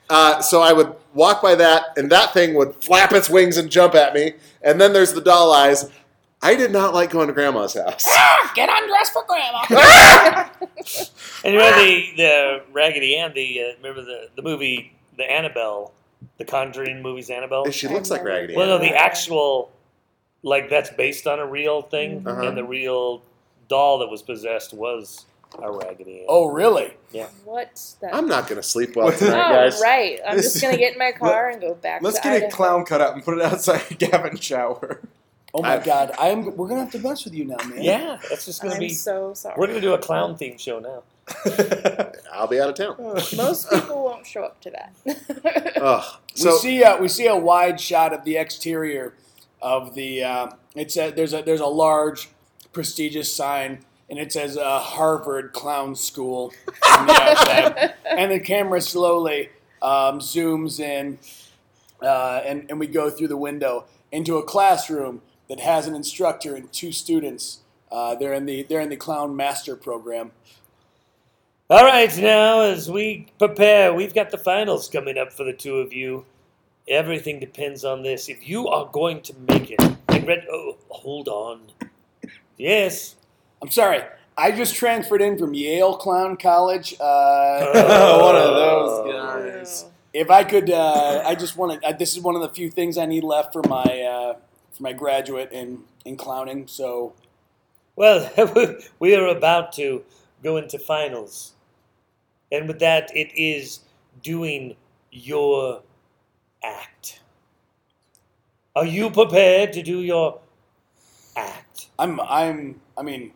Speaker 3: Uh, so I would walk by that, and that thing would flap its wings and jump at me. And then there's the doll eyes. I did not like going to grandma's house.
Speaker 2: Get undressed for grandma.
Speaker 1: And you know the the Raggedy Ann. The uh, remember the the movie the Annabelle, the Conjuring movies Annabelle.
Speaker 3: And she looks like Raggedy.
Speaker 1: Well, no,
Speaker 3: Ann.
Speaker 1: the actual like that's based on a real thing,
Speaker 3: Uh-huh.
Speaker 1: and the real doll that was possessed was a Raggedy Ann.
Speaker 2: oh, really?
Speaker 4: What? The-
Speaker 3: I'm not going to sleep well
Speaker 4: Oh,
Speaker 3: tonight, guys.
Speaker 4: right. I'm
Speaker 5: This-
Speaker 4: just gonna get in my car and go back.
Speaker 5: Let's
Speaker 4: to
Speaker 5: get a
Speaker 4: Idaho.
Speaker 5: clown cut out and put it outside Gavin's shower.
Speaker 2: Oh my
Speaker 3: I-
Speaker 2: god, I'm. We're gonna have to mess with you now, man.
Speaker 1: yeah, that's just gonna
Speaker 4: I'm
Speaker 1: be.
Speaker 4: so sorry.
Speaker 1: We're gonna do a clown theme show now.
Speaker 3: I'll be out of town.
Speaker 4: Most people won't show up to that.
Speaker 3: Ugh.
Speaker 2: We
Speaker 3: So
Speaker 2: see a we see a wide shot of the exterior of the. Uh, it says there's a there's a large prestigious sign and it says uh, Harvard Clown School on the outside, and the camera slowly um, zooms in, uh, and and we go through the window into a classroom that has an instructor and two students. Uh, they're in the they're in the clown master program.
Speaker 1: All right, now as we prepare, we've got the finals coming up for the two of you. Everything depends on this. If you are going to make it, I read. Oh, hold on. Yes.
Speaker 2: I'm sorry. I just transferred in from Yale Clown College. Uh,
Speaker 5: One of those
Speaker 4: guys.
Speaker 2: if I could, uh, I just want to. This is one of the few things I need left for my uh, for my graduate in in clowning. So
Speaker 1: Well, we are about to go into finals. And with that, it is doing your act. Are you prepared to do your act?
Speaker 2: I'm I'm I mean,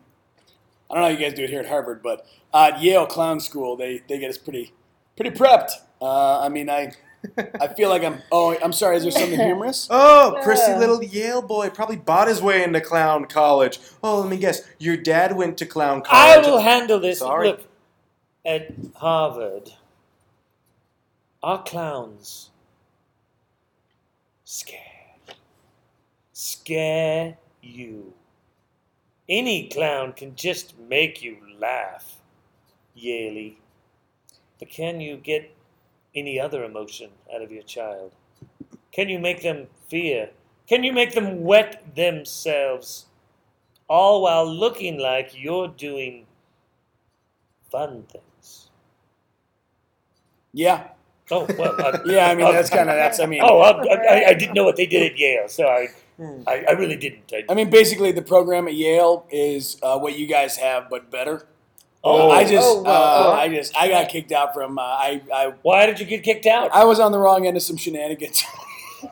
Speaker 2: I don't know how you guys do it here at Harvard, but uh, at Yale Clown School, they they get us pretty pretty prepped. Uh, I mean, I I feel like I'm. Oh, I'm sorry. Is there something humorous?
Speaker 5: Oh, prissy
Speaker 4: Yeah.
Speaker 5: little Yale boy probably bought his way into clown college. Oh, let me guess. Your dad went to clown
Speaker 1: I
Speaker 5: college.
Speaker 1: will handle this.
Speaker 5: Sorry.
Speaker 1: Look, at Harvard, are clowns scare scare you? Any clown can just make you laugh, Yaley. But can you get any other emotion out of your child? Can you make them fear? Can you make them wet themselves? All while looking like you're doing fun things.
Speaker 2: Yeah,
Speaker 1: Oh, well, uh,
Speaker 2: yeah. I mean,
Speaker 1: uh,
Speaker 2: that's kind of that's. I mean,
Speaker 1: Oh, uh, I, I, I didn't know what they did at Yale, so I, I, I really didn't. I,
Speaker 2: I mean, basically, the program at Yale is uh, what you guys have, but better.
Speaker 1: oh,
Speaker 2: I just,
Speaker 4: Oh, wow.
Speaker 2: uh, I just, I got kicked out from. Uh, I, I,
Speaker 1: why did you get kicked out?
Speaker 2: I was on the wrong end of some shenanigans.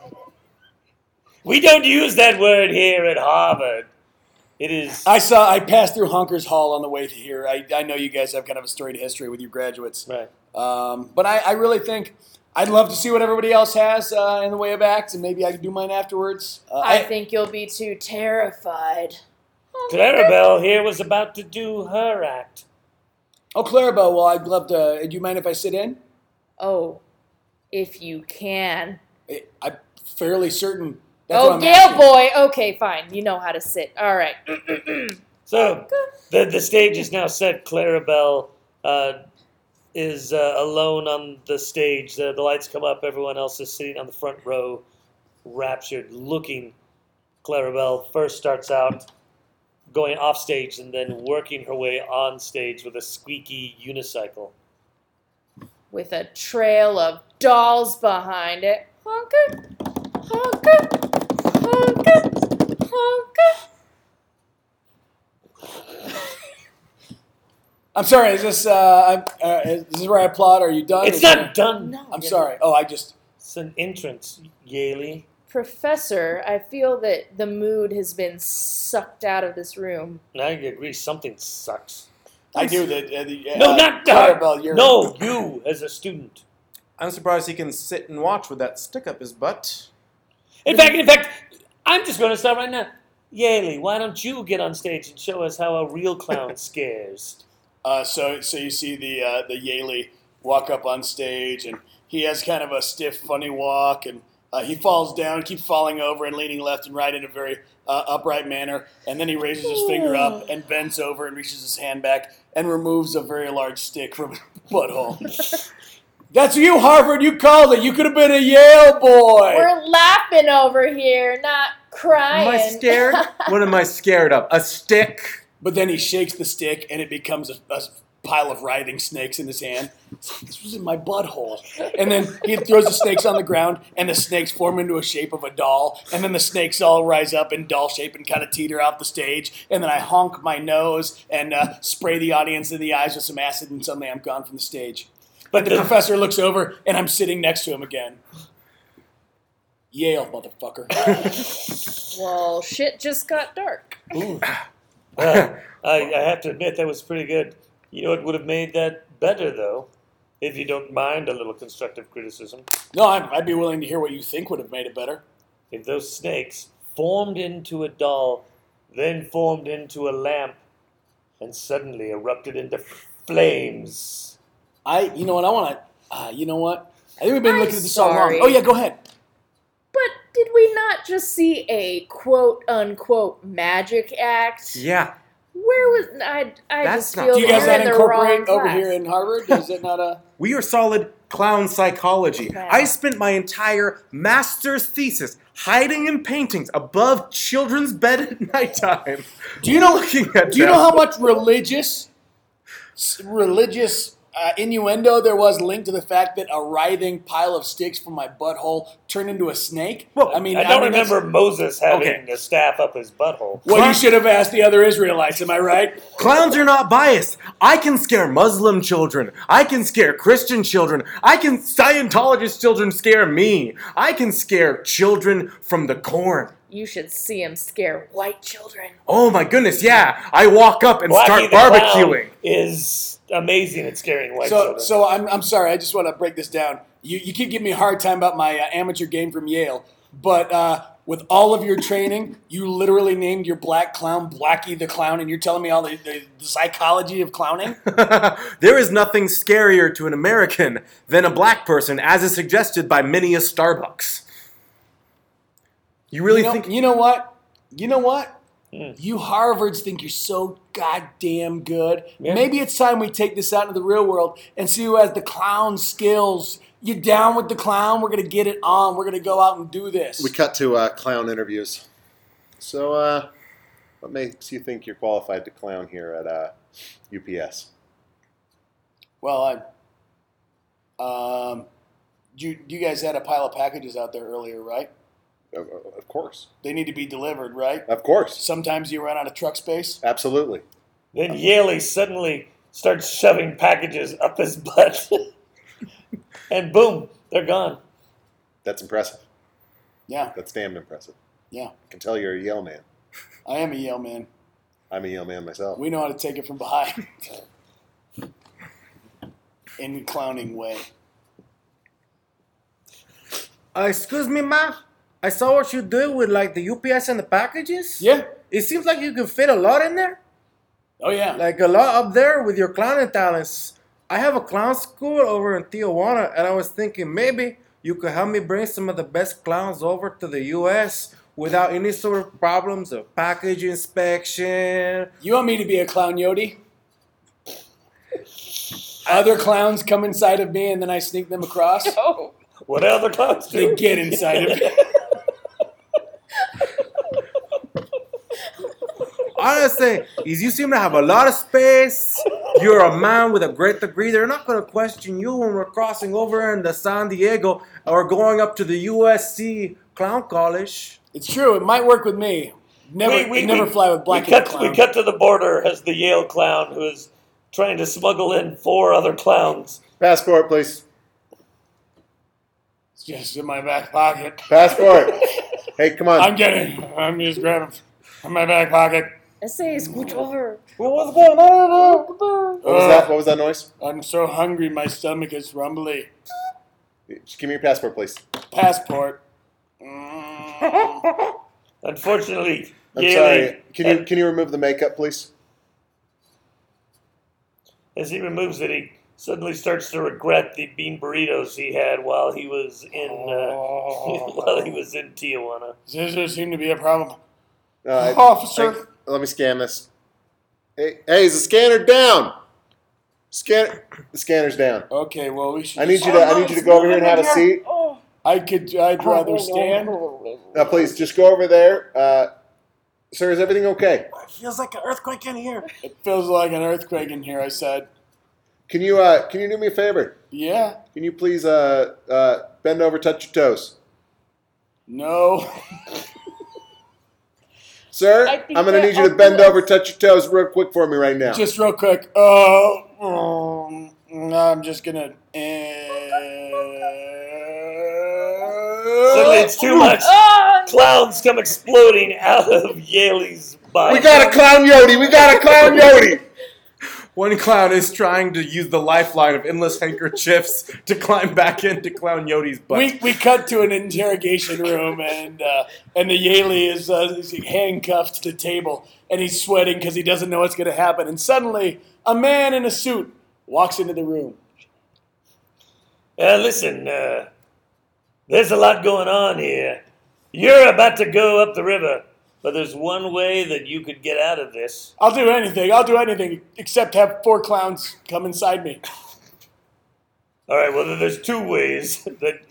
Speaker 1: we don't use that word here at Harvard. It is.
Speaker 2: I saw, I passed through Honkers Hall on the way here. I, I know you guys have kind of a storied history with your graduates,
Speaker 1: right.
Speaker 2: um, but I, I really think I'd love to see what everybody else has uh, in the way of acts, and maybe I can do mine afterwards. Uh,
Speaker 4: I think you'll be too terrified.
Speaker 1: Clarabelle here was about to do her act.
Speaker 2: oh, Clarabelle, well, I'd love to. Do you mind if I sit in?
Speaker 4: Oh, if you can.
Speaker 2: I, I'm fairly certain. That's what
Speaker 4: Oh,
Speaker 2: I'm
Speaker 4: Yale
Speaker 2: asking.
Speaker 4: boy. Okay, fine. You know how to sit. All right.
Speaker 1: So the the stage is now set. Clarabelle uh, is uh, alone on the stage. The, the lights come up. Everyone else is sitting on the front row, raptured looking Clarabelle first starts out going off stage and then working her way on stage with a squeaky unicycle.
Speaker 4: with a trail of dolls behind it. Honka, honka, honka, honka.
Speaker 2: I'm sorry. Is this uh, I'm, uh, is this where I applaud? Are you done?
Speaker 1: It's
Speaker 2: Is
Speaker 1: not
Speaker 2: that-
Speaker 1: done.
Speaker 4: No.
Speaker 2: I'm sorry. Oh, I just
Speaker 1: It's an entrance, Yaley.
Speaker 4: Professor, I feel that the mood has been sucked out of this room.
Speaker 1: And I agree, something sucks.
Speaker 2: I do that. Uh, the, uh,
Speaker 1: No, not
Speaker 2: Clarabelle, you're-
Speaker 1: No, you as a student.
Speaker 7: I'm surprised he can sit and watch with that stick up his butt.
Speaker 1: In fact, in fact, I'm just going to stop right now. Yaley, why don't you get on stage and show us how a real clown scares?
Speaker 2: Uh, so so you see the uh, the Yaley walk up on stage, and he has kind of a stiff, funny walk, and uh, he falls down, keeps falling over, and leaning left and right in a very uh, upright manner, and then he raises his finger up and bends over and reaches his hand back and removes a very large stick from his butthole. That's you, Harvard. You called it. You could have been a Yale boy.
Speaker 4: We're laughing over here, not crying.
Speaker 7: Am I scared? what am I scared of? A stick?
Speaker 2: But then he shakes the stick, and it becomes a, a pile of writhing snakes in his hand. It's like, this was in my butthole. And then he throws the snakes on the ground, and the snakes form into a shape of a doll. And then the snakes all rise up in doll shape and kind of teeter off the stage. And then I honk my nose and uh, spray the audience in the eyes with some acid, and suddenly I'm gone from the stage. But the professor looks over, and I'm sitting next to him again. Yale, motherfucker.
Speaker 4: Well, shit just got dark.
Speaker 1: Uh, I, I have to admit, that was pretty good. You know what would have made that better, though? If you don't mind a little constructive criticism,
Speaker 2: No, I'm, I'd be willing to hear what you think would have made it better.
Speaker 1: if those snakes formed into a doll, then formed into a lamp, and suddenly erupted into flames.
Speaker 2: I, you know what, I want to, uh, you know what? I think we've been
Speaker 4: I'm
Speaker 2: looking at this all wrong.
Speaker 4: sorry.
Speaker 2: Oh, yeah, go ahead.
Speaker 4: But did we not just see a quote unquote magic act?
Speaker 7: Yeah.
Speaker 4: Where was I? I
Speaker 7: That's
Speaker 4: just
Speaker 7: not-
Speaker 4: feel
Speaker 2: Do you guys
Speaker 4: we're
Speaker 2: not
Speaker 4: in the wrong
Speaker 2: incorporate over
Speaker 4: class.
Speaker 2: here in Harvard? Is it not a?
Speaker 7: We are solid clown psychology.
Speaker 4: Wow.
Speaker 7: I spent my entire master's thesis hiding in paintings above children's bed at nighttime.
Speaker 2: Do you know?
Speaker 7: Looking at
Speaker 2: Do you
Speaker 7: them.
Speaker 2: know how much religious, s- religious uh, innuendo there was linked to the fact that a writhing pile of sticks from my butthole turned into a snake?
Speaker 7: Well,
Speaker 2: I mean,
Speaker 1: I don't
Speaker 2: mean, that's-
Speaker 1: remember Moses having
Speaker 7: Okay.
Speaker 1: the staff up his butthole.
Speaker 2: Well, you should have asked the other Israelites. Am I right?
Speaker 7: Clowns are not biased. I can scare Muslim children. I can scare Christian children. I can Scientologist children scare me. I can scare children from the corn.
Speaker 4: You should see him scare white children.
Speaker 7: Oh my goodness, yeah. I walk up and
Speaker 1: Blackie
Speaker 7: start
Speaker 1: the Clown
Speaker 7: barbecuing.
Speaker 1: is amazing at scaring white
Speaker 2: So,
Speaker 1: children.
Speaker 2: so I'm, I'm sorry. I just want to break this down. You, you keep giving me a hard time about my uh, amateur game from Yale, but uh, with all of your training, you literally named your black clown Blackie the Clown, and you're telling me all the, the, psychology of clowning.
Speaker 7: there is nothing scarier to an American than a black person, as is suggested by many a Starbucks. You really
Speaker 2: you, know,
Speaker 7: think
Speaker 2: you know what? You know what? You Harvards think you're so goddamn good.
Speaker 1: Yeah.
Speaker 2: Maybe it's time we take this out into the real world and see who has the clown skills. You down with the clown? We're gonna get it on. We're gonna go out and do this.
Speaker 3: We cut to uh, clown interviews. So, uh, what makes you think you're qualified to clown here at uh, UPS?
Speaker 2: Well, I, um, you you guys had a pile of packages out there earlier, right?
Speaker 3: Of, of course,
Speaker 2: They need to be delivered, right?
Speaker 3: of course,
Speaker 2: Sometimes you run out of truck space.
Speaker 3: absolutely.
Speaker 1: then Yaley suddenly starts shoving packages up his butt. and boom, they're gone.
Speaker 3: That's impressive.
Speaker 2: Yeah,
Speaker 3: That's damn impressive.
Speaker 2: yeah.
Speaker 3: I can tell you're a Yale man.
Speaker 2: I am a Yale man.
Speaker 3: I'm a Yale man myself.
Speaker 2: We know how to take it from behind. In a clowning way.
Speaker 7: Uh, excuse me, ma. I saw what you do with like the UPS and the packages.
Speaker 2: Yeah.
Speaker 7: It seems like you can fit a lot in there.
Speaker 2: Oh yeah.
Speaker 7: Like a lot up there with your clowning talents. I have a clown school over in Tijuana, and I was thinking maybe you could help me bring some of the best clowns over to the U.S. without any sort of problems of package inspection.
Speaker 2: You want me to be a clown yodi? Other clowns come inside of me and then I sneak them across.
Speaker 4: Oh,
Speaker 1: What other clowns
Speaker 2: They
Speaker 1: do?
Speaker 2: get inside of me.
Speaker 6: All I say is you seem to have a lot of space. You're a man with a great degree. They're not going to question you when we're crossing over into San Diego or going up to the USC Clown College.
Speaker 2: It's true. It might work with me. Never,
Speaker 1: We- we-
Speaker 2: never
Speaker 1: we-
Speaker 2: fly with black
Speaker 1: we cut,
Speaker 2: hat clown.
Speaker 1: We cut to the border as the Yale clown who is trying to smuggle in four other clowns.
Speaker 3: Passport, please.
Speaker 2: It's just in my back pocket.
Speaker 3: Passport. hey, come on.
Speaker 2: I'm getting. I'm just grabbing in my back pocket.
Speaker 4: Essays,
Speaker 3: Mm.
Speaker 4: scoot over.
Speaker 1: What's going on?
Speaker 3: what was
Speaker 2: uh,
Speaker 3: that? What was that noise?
Speaker 2: I'm so hungry. My stomach is rumbly.
Speaker 3: Just give me your passport, please.
Speaker 2: Passport. Mm.
Speaker 1: Unfortunately,
Speaker 3: I'm
Speaker 1: Yale
Speaker 3: sorry. Can
Speaker 2: Uh,
Speaker 3: you can you remove the makeup, please?
Speaker 1: as he removes it, he suddenly starts to regret the bean burritos he had while he was in uh, while he was in Tijuana.
Speaker 2: Scissors seem to be a problem.
Speaker 3: Uh, I-
Speaker 2: Officer.
Speaker 3: I- let me scan this. Hey, hey, is the scanner down? Scanner, the scanner's down.
Speaker 2: Okay, well we should.
Speaker 3: I need
Speaker 2: just-
Speaker 3: you to I need you to go over here and have a seat.
Speaker 2: I could. I'd rather stand.
Speaker 3: Now, please just go over there. Uh, sir, is everything okay?
Speaker 7: Feels like an earthquake in here.
Speaker 2: It feels like an earthquake in here. I said.
Speaker 3: Can you uh, can you do me a favor?
Speaker 2: Yeah.
Speaker 3: Can you please uh, uh, bend over, touch your toes,
Speaker 2: No.
Speaker 3: sir?
Speaker 4: I
Speaker 3: I'm
Speaker 4: think
Speaker 3: gonna
Speaker 4: they're
Speaker 3: need you to
Speaker 4: all
Speaker 3: bend
Speaker 4: good.
Speaker 3: over, touch your toes, real quick for me right now.
Speaker 2: Just real quick. Uh, um, I'm just gonna. eh.
Speaker 1: Suddenly, it's
Speaker 2: Oh,
Speaker 1: too much. Clowns come exploding out of Yale's body.
Speaker 3: we got a clown Yodi. We got a clown Yodi.
Speaker 7: One clown is trying to use the lifeline of endless handkerchiefs to climb back into Clown Yodi's butt.
Speaker 2: we, we cut to an interrogation room and uh, and the Yaley is, uh, is handcuffed to the table and he's sweating because he doesn't know what's going to happen and suddenly a man in a suit walks into the room.
Speaker 1: Uh, listen, uh, there's a lot going on here. You're about to go up the river, but there's one way that you could get out of this.
Speaker 2: I'll do anything. I'll do anything except have four clowns come inside me.
Speaker 1: All right, well, there's two ways. that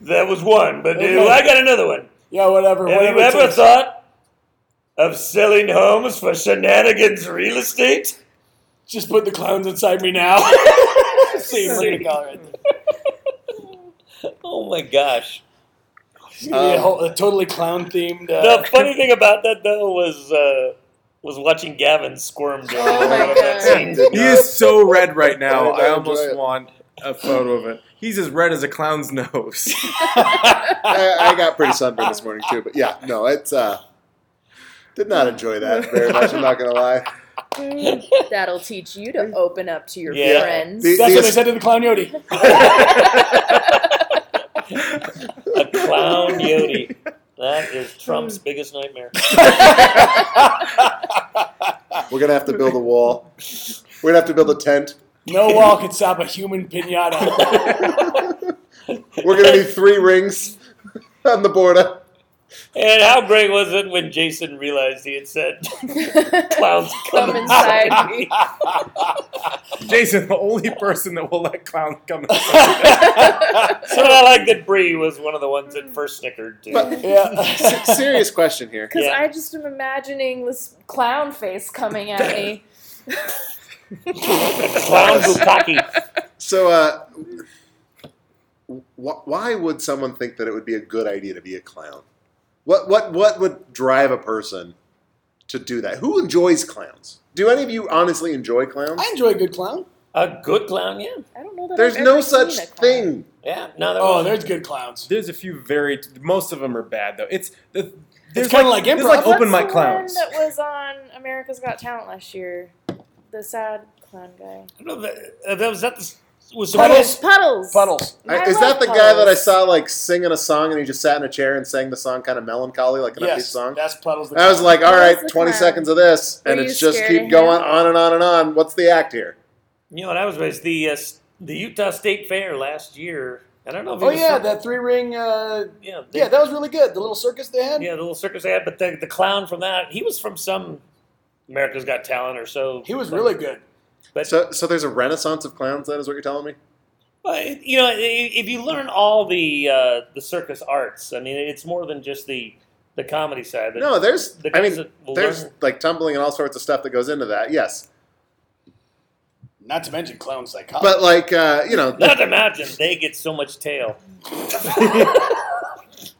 Speaker 1: that was one, but uh,
Speaker 2: Okay.
Speaker 1: I got another one.
Speaker 2: Yeah, whatever.
Speaker 1: Have
Speaker 2: whatever
Speaker 1: you
Speaker 2: it
Speaker 1: ever
Speaker 2: takes.
Speaker 1: thought of selling homes for shenanigans real estate?
Speaker 2: Just put the clowns inside me now. See, we're gonna call it right there.
Speaker 1: Oh my gosh.
Speaker 2: It's gonna be a, whole, a totally clown themed. Uh,
Speaker 1: The funny thing about that though was uh, was watching Gavin squirm during
Speaker 4: Oh my
Speaker 1: that
Speaker 4: God.
Speaker 1: scene.
Speaker 7: He is so red right now.
Speaker 3: I
Speaker 7: I almost
Speaker 3: enjoy it.
Speaker 7: want a photo of it. He's as red as a clown's nose.
Speaker 3: I, I got pretty sunburned this morning too, but yeah, no, it's uh, did not enjoy that very much. I'm not gonna lie.
Speaker 4: That'll teach you to open up to your
Speaker 1: Yeah.
Speaker 4: friends.
Speaker 3: The-
Speaker 2: that's what I said to the clown Yodi.
Speaker 1: A clown Yodi. That is Trump's
Speaker 4: Hmm.
Speaker 1: biggest nightmare.
Speaker 3: We're gonna have to build a wall. We're gonna have to build a tent.
Speaker 2: No wall could stop a human pinata.
Speaker 3: We're gonna need three rings on the border.
Speaker 1: And how great was it when Jason realized he had said clowns come,
Speaker 4: Come inside me.
Speaker 7: Jason, the only person that will let clowns come.
Speaker 1: So I like that Bree was one of the ones
Speaker 4: Hmm.
Speaker 1: that first snickered too.
Speaker 3: But
Speaker 2: yeah.
Speaker 3: serious question here.
Speaker 4: Because
Speaker 1: Yeah.
Speaker 4: I just am imagining this clown face coming at me.
Speaker 1: Clown bukkake.
Speaker 3: So, uh, wh- why would someone think that it would be a good idea to be a clown? What what what would drive a person to do that? Who enjoys clowns? Do any of you honestly enjoy clowns?
Speaker 2: I enjoy a good clown.
Speaker 1: A good clown, yeah.
Speaker 4: I don't know that
Speaker 3: There's
Speaker 4: I've
Speaker 3: no
Speaker 4: ever
Speaker 3: such
Speaker 4: seen a clown.
Speaker 3: thing.
Speaker 1: Yeah. No, there
Speaker 2: Oh,
Speaker 1: was-
Speaker 2: there's good clowns.
Speaker 7: There's a few very. Most of them are bad though. It's the. There's
Speaker 2: It's kinda like
Speaker 7: there's
Speaker 2: improv.
Speaker 7: like open
Speaker 4: What's
Speaker 7: mic
Speaker 4: the
Speaker 7: clowns.
Speaker 4: One that was on America's Got Talent last year. The sad clown guy.
Speaker 1: I don't know, that, uh, that was that the, was the
Speaker 2: Puddles.
Speaker 1: one-
Speaker 4: Puddles.
Speaker 2: Puddles.
Speaker 3: I-
Speaker 4: I
Speaker 3: is
Speaker 4: love
Speaker 3: that the guy that I
Speaker 4: Puddles.
Speaker 3: saw like singing a song and he just sat in a chair and sang the song kind of melancholy, like an upbeat
Speaker 2: Yes,
Speaker 3: song?
Speaker 2: that's Puddles. The
Speaker 3: I was like, all
Speaker 4: What
Speaker 3: right,
Speaker 4: is the
Speaker 3: 20
Speaker 4: clown?
Speaker 3: seconds of this, and
Speaker 4: Were
Speaker 3: it's
Speaker 4: you
Speaker 3: just
Speaker 4: scared
Speaker 3: keep
Speaker 4: of
Speaker 3: going
Speaker 4: him?
Speaker 3: on and on and on. What's the act here?
Speaker 1: You know what I was raised the uh, s- the Utah State Fair last year. I don't know if it
Speaker 2: oh
Speaker 1: was
Speaker 2: yeah,
Speaker 1: some-
Speaker 2: that three ring. Uh,
Speaker 1: yeah, they-
Speaker 2: yeah, that was really good. The little circus they had.
Speaker 1: yeah, the little circus they had, but the, the clown from that, he was from some America's Got Talent or so.
Speaker 2: He was really good.
Speaker 1: But
Speaker 3: So, so there's a renaissance of clowns. That is what you're telling me.
Speaker 1: Well, it- you know, i- if you learn all the uh, the circus arts, I mean, it's more than just the the comedy side. The,
Speaker 3: No, there's.
Speaker 1: the
Speaker 3: I
Speaker 1: guys
Speaker 3: mean,
Speaker 1: that will
Speaker 3: there's
Speaker 1: learn-
Speaker 3: like tumbling and all sorts of stuff that goes into that. Yes,
Speaker 2: Not to mention clown psychology.
Speaker 3: but like uh, you know,
Speaker 1: Not to imagine they get so much tail. that's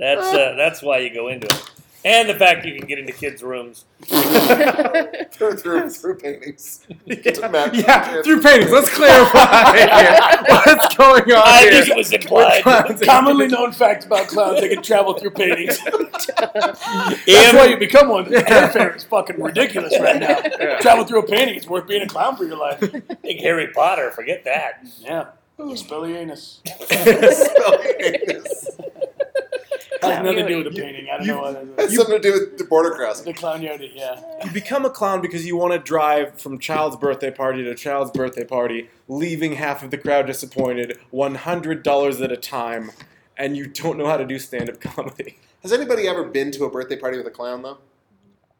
Speaker 1: uh, that's why you go into it, and the fact you can get into kids' rooms.
Speaker 3: through, through, through paintings.
Speaker 7: Yeah, through paintings. Let's clarify here. what's going on
Speaker 1: I
Speaker 7: here.
Speaker 1: think it was implied.
Speaker 7: Clowns-
Speaker 2: Commonly known fact about clowns, they can travel through paintings. That's
Speaker 1: Im-
Speaker 2: why you become one. Airfare is fucking ridiculous right now. Travel through a painting, it's worth being a clown for your life.
Speaker 1: Like Harry Potter, forget that.
Speaker 2: Yeah. Expelliarmus.
Speaker 3: That's
Speaker 2: Has nothing to do with the painting. I don't know what it is.
Speaker 3: something to do with the border crossing.
Speaker 2: The clown yodi, yeah.
Speaker 5: You become a clown because you want to drive from child's birthday party to child's birthday party, leaving half of the crowd disappointed, $100 at a time, and you don't know how to do stand up comedy.
Speaker 3: Has anybody ever been to a birthday party with a clown though?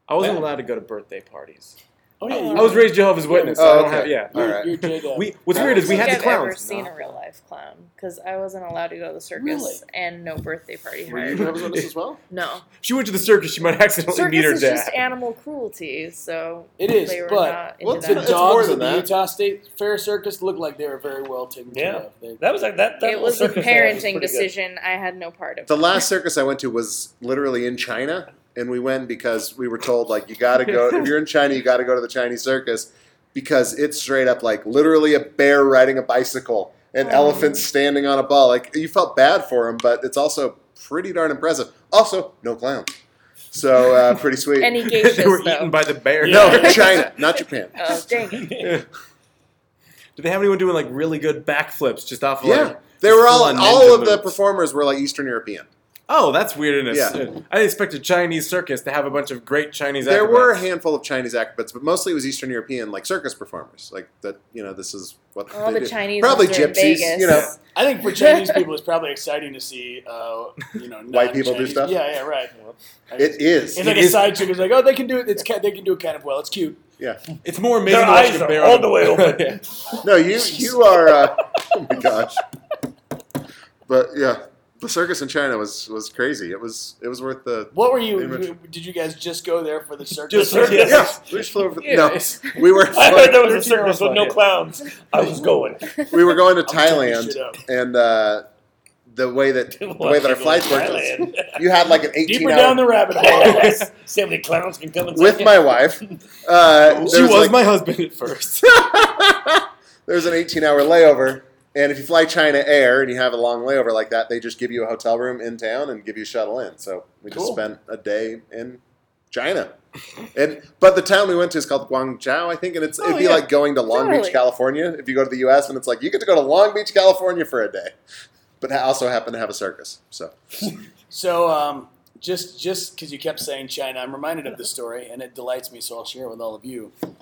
Speaker 5: I wasn't allowed to go to birthday parties.
Speaker 2: Oh, yeah.
Speaker 5: I was raised Jehovah's Witness. so I
Speaker 3: Oh,
Speaker 5: don't
Speaker 3: okay.
Speaker 5: have, yeah.
Speaker 3: All right.
Speaker 2: You're dead, uh,
Speaker 5: We, what's weird is we
Speaker 4: I
Speaker 5: had
Speaker 4: don't
Speaker 5: the
Speaker 4: think I've ever
Speaker 5: clowns.
Speaker 4: seen a real life clown because I wasn't allowed to go to the circus
Speaker 2: Really?
Speaker 4: and no birthday party
Speaker 3: Were you
Speaker 4: hired.
Speaker 3: nervous on this as well?
Speaker 4: No,
Speaker 5: She went to the circus, she might accidentally meet
Speaker 4: circus
Speaker 5: her
Speaker 4: is
Speaker 5: dad.
Speaker 4: just animal cruelty, so
Speaker 2: It is,
Speaker 4: they were
Speaker 2: but-
Speaker 4: not into
Speaker 2: the
Speaker 3: Well,
Speaker 4: that.
Speaker 3: it's more
Speaker 2: dogs
Speaker 3: than
Speaker 2: in the
Speaker 3: that.
Speaker 2: Utah State Fair Circus looked like they were very well taken care
Speaker 1: Yeah.
Speaker 2: of. They,
Speaker 1: That was like that. that
Speaker 4: it
Speaker 1: whole
Speaker 4: was a
Speaker 1: circus there was
Speaker 4: parenting
Speaker 1: pretty good.
Speaker 4: decision. I had no part of.
Speaker 3: The last circus I went to was literally in China, and we went because we were told like you got to go if you're in China, you got to go to the Chinese circus because it's straight up like literally a bear riding a bicycle and
Speaker 4: Oh.
Speaker 3: elephants standing on a ball. Like you felt bad for him, but it's also pretty darn impressive. Also, no clowns, so uh, pretty sweet.
Speaker 4: Any geishas
Speaker 5: they were
Speaker 4: though.
Speaker 5: eaten by the bear.
Speaker 3: no, China, not Japan.
Speaker 4: oh dang it!
Speaker 5: Did they have anyone doing like really good backflips just off of
Speaker 3: Yeah,
Speaker 5: like,
Speaker 3: they were all
Speaker 5: One
Speaker 3: all
Speaker 5: ninja
Speaker 3: of the
Speaker 5: moves.
Speaker 3: performers were like Eastern European.
Speaker 5: oh, that's weird in a
Speaker 3: Yeah.
Speaker 5: I expect a Chinese circus to have a bunch of great Chinese
Speaker 3: There
Speaker 5: acrobats.
Speaker 3: were a handful of Chinese acrobats, but mostly it was Eastern European, like circus performers. Like that, you know, this is what
Speaker 4: All
Speaker 3: they
Speaker 4: the
Speaker 3: do.
Speaker 4: Chinese
Speaker 3: probably
Speaker 4: ones are in
Speaker 3: gypsies,
Speaker 4: Vegas.
Speaker 3: you know.
Speaker 2: I think for Chinese people, it's probably exciting to see, uh, you know,
Speaker 3: White people do
Speaker 2: non-Chinese-
Speaker 3: stuff?
Speaker 2: Yeah, yeah, right.
Speaker 3: It is.
Speaker 2: It's like a side chick. It's like, oh, they can do it. It's ca- they can do it kind of well. It's cute.
Speaker 3: Yeah.
Speaker 5: It's more amazing
Speaker 1: Their
Speaker 5: to watch
Speaker 1: eyes
Speaker 5: a
Speaker 1: are
Speaker 5: bear
Speaker 1: all
Speaker 5: on a-
Speaker 1: the way open.
Speaker 5: Yeah.
Speaker 3: No, you you are. Uh, oh my gosh. But yeah, the circus in China was was crazy. It was it was worth the.
Speaker 2: What were you?
Speaker 3: Image.
Speaker 2: you- Did you guys just go there for the circus?
Speaker 1: Just circus.
Speaker 3: Yeah, we just flew over. No, we were
Speaker 1: I heard there was a
Speaker 5: Thirteen year
Speaker 1: circus
Speaker 5: old
Speaker 1: with no clowns. I was going.
Speaker 3: we were going to
Speaker 2: I'm tearing this
Speaker 3: Thailand,
Speaker 2: shit up.
Speaker 3: and uh, the way that the way that our flights worked, was
Speaker 1: Thailand.
Speaker 3: you had like an eighteen
Speaker 2: Deeper
Speaker 3: hour
Speaker 2: down the rabbit hole.
Speaker 1: See how many clowns can come and
Speaker 3: with my wife. Uh, there
Speaker 5: She was
Speaker 3: like,
Speaker 5: my husband at first.
Speaker 3: there's an 18 hour layover. And if you fly China Air and you have a long layover like that, they just give you a hotel room in town and give you a shuttle in. So we just
Speaker 2: Cool.
Speaker 3: spent a day in China. And but the town we went to is called Guangzhou, I think, and
Speaker 2: Oh,
Speaker 3: it's it'd be
Speaker 5: yeah.
Speaker 3: like going to Long
Speaker 4: Totally.
Speaker 3: Beach, California. If you go to the U.S. and it's like you get to go to Long Beach, California for a day, but I also happen to have a circus. So
Speaker 2: So, um, just just because you kept saying China, I'm reminded of this story, and it delights me. So I'll share it with all of you.
Speaker 3: this is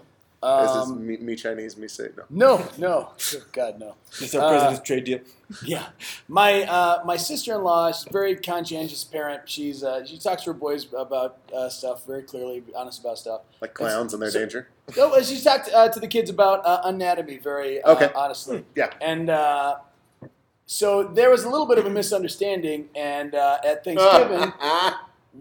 Speaker 2: Um,
Speaker 3: me, me Chinese, me say no.
Speaker 2: no, no, Good God, no.
Speaker 5: It's our
Speaker 2: Uh,
Speaker 5: president's trade deal.
Speaker 2: Yeah, my uh, my sister in law, she's a very conscientious parent. She's uh, she talks to her boys about uh, stuff very clearly, honest about stuff.
Speaker 3: Like clowns and their
Speaker 2: so-
Speaker 3: danger.
Speaker 2: No, but she talked uh, to the kids about uh, anatomy very uh,
Speaker 3: Okay.
Speaker 2: honestly.
Speaker 3: yeah.
Speaker 2: And uh, so there was a little bit of a misunderstanding, and uh,
Speaker 3: Ah.
Speaker 2: at Thanksgiving,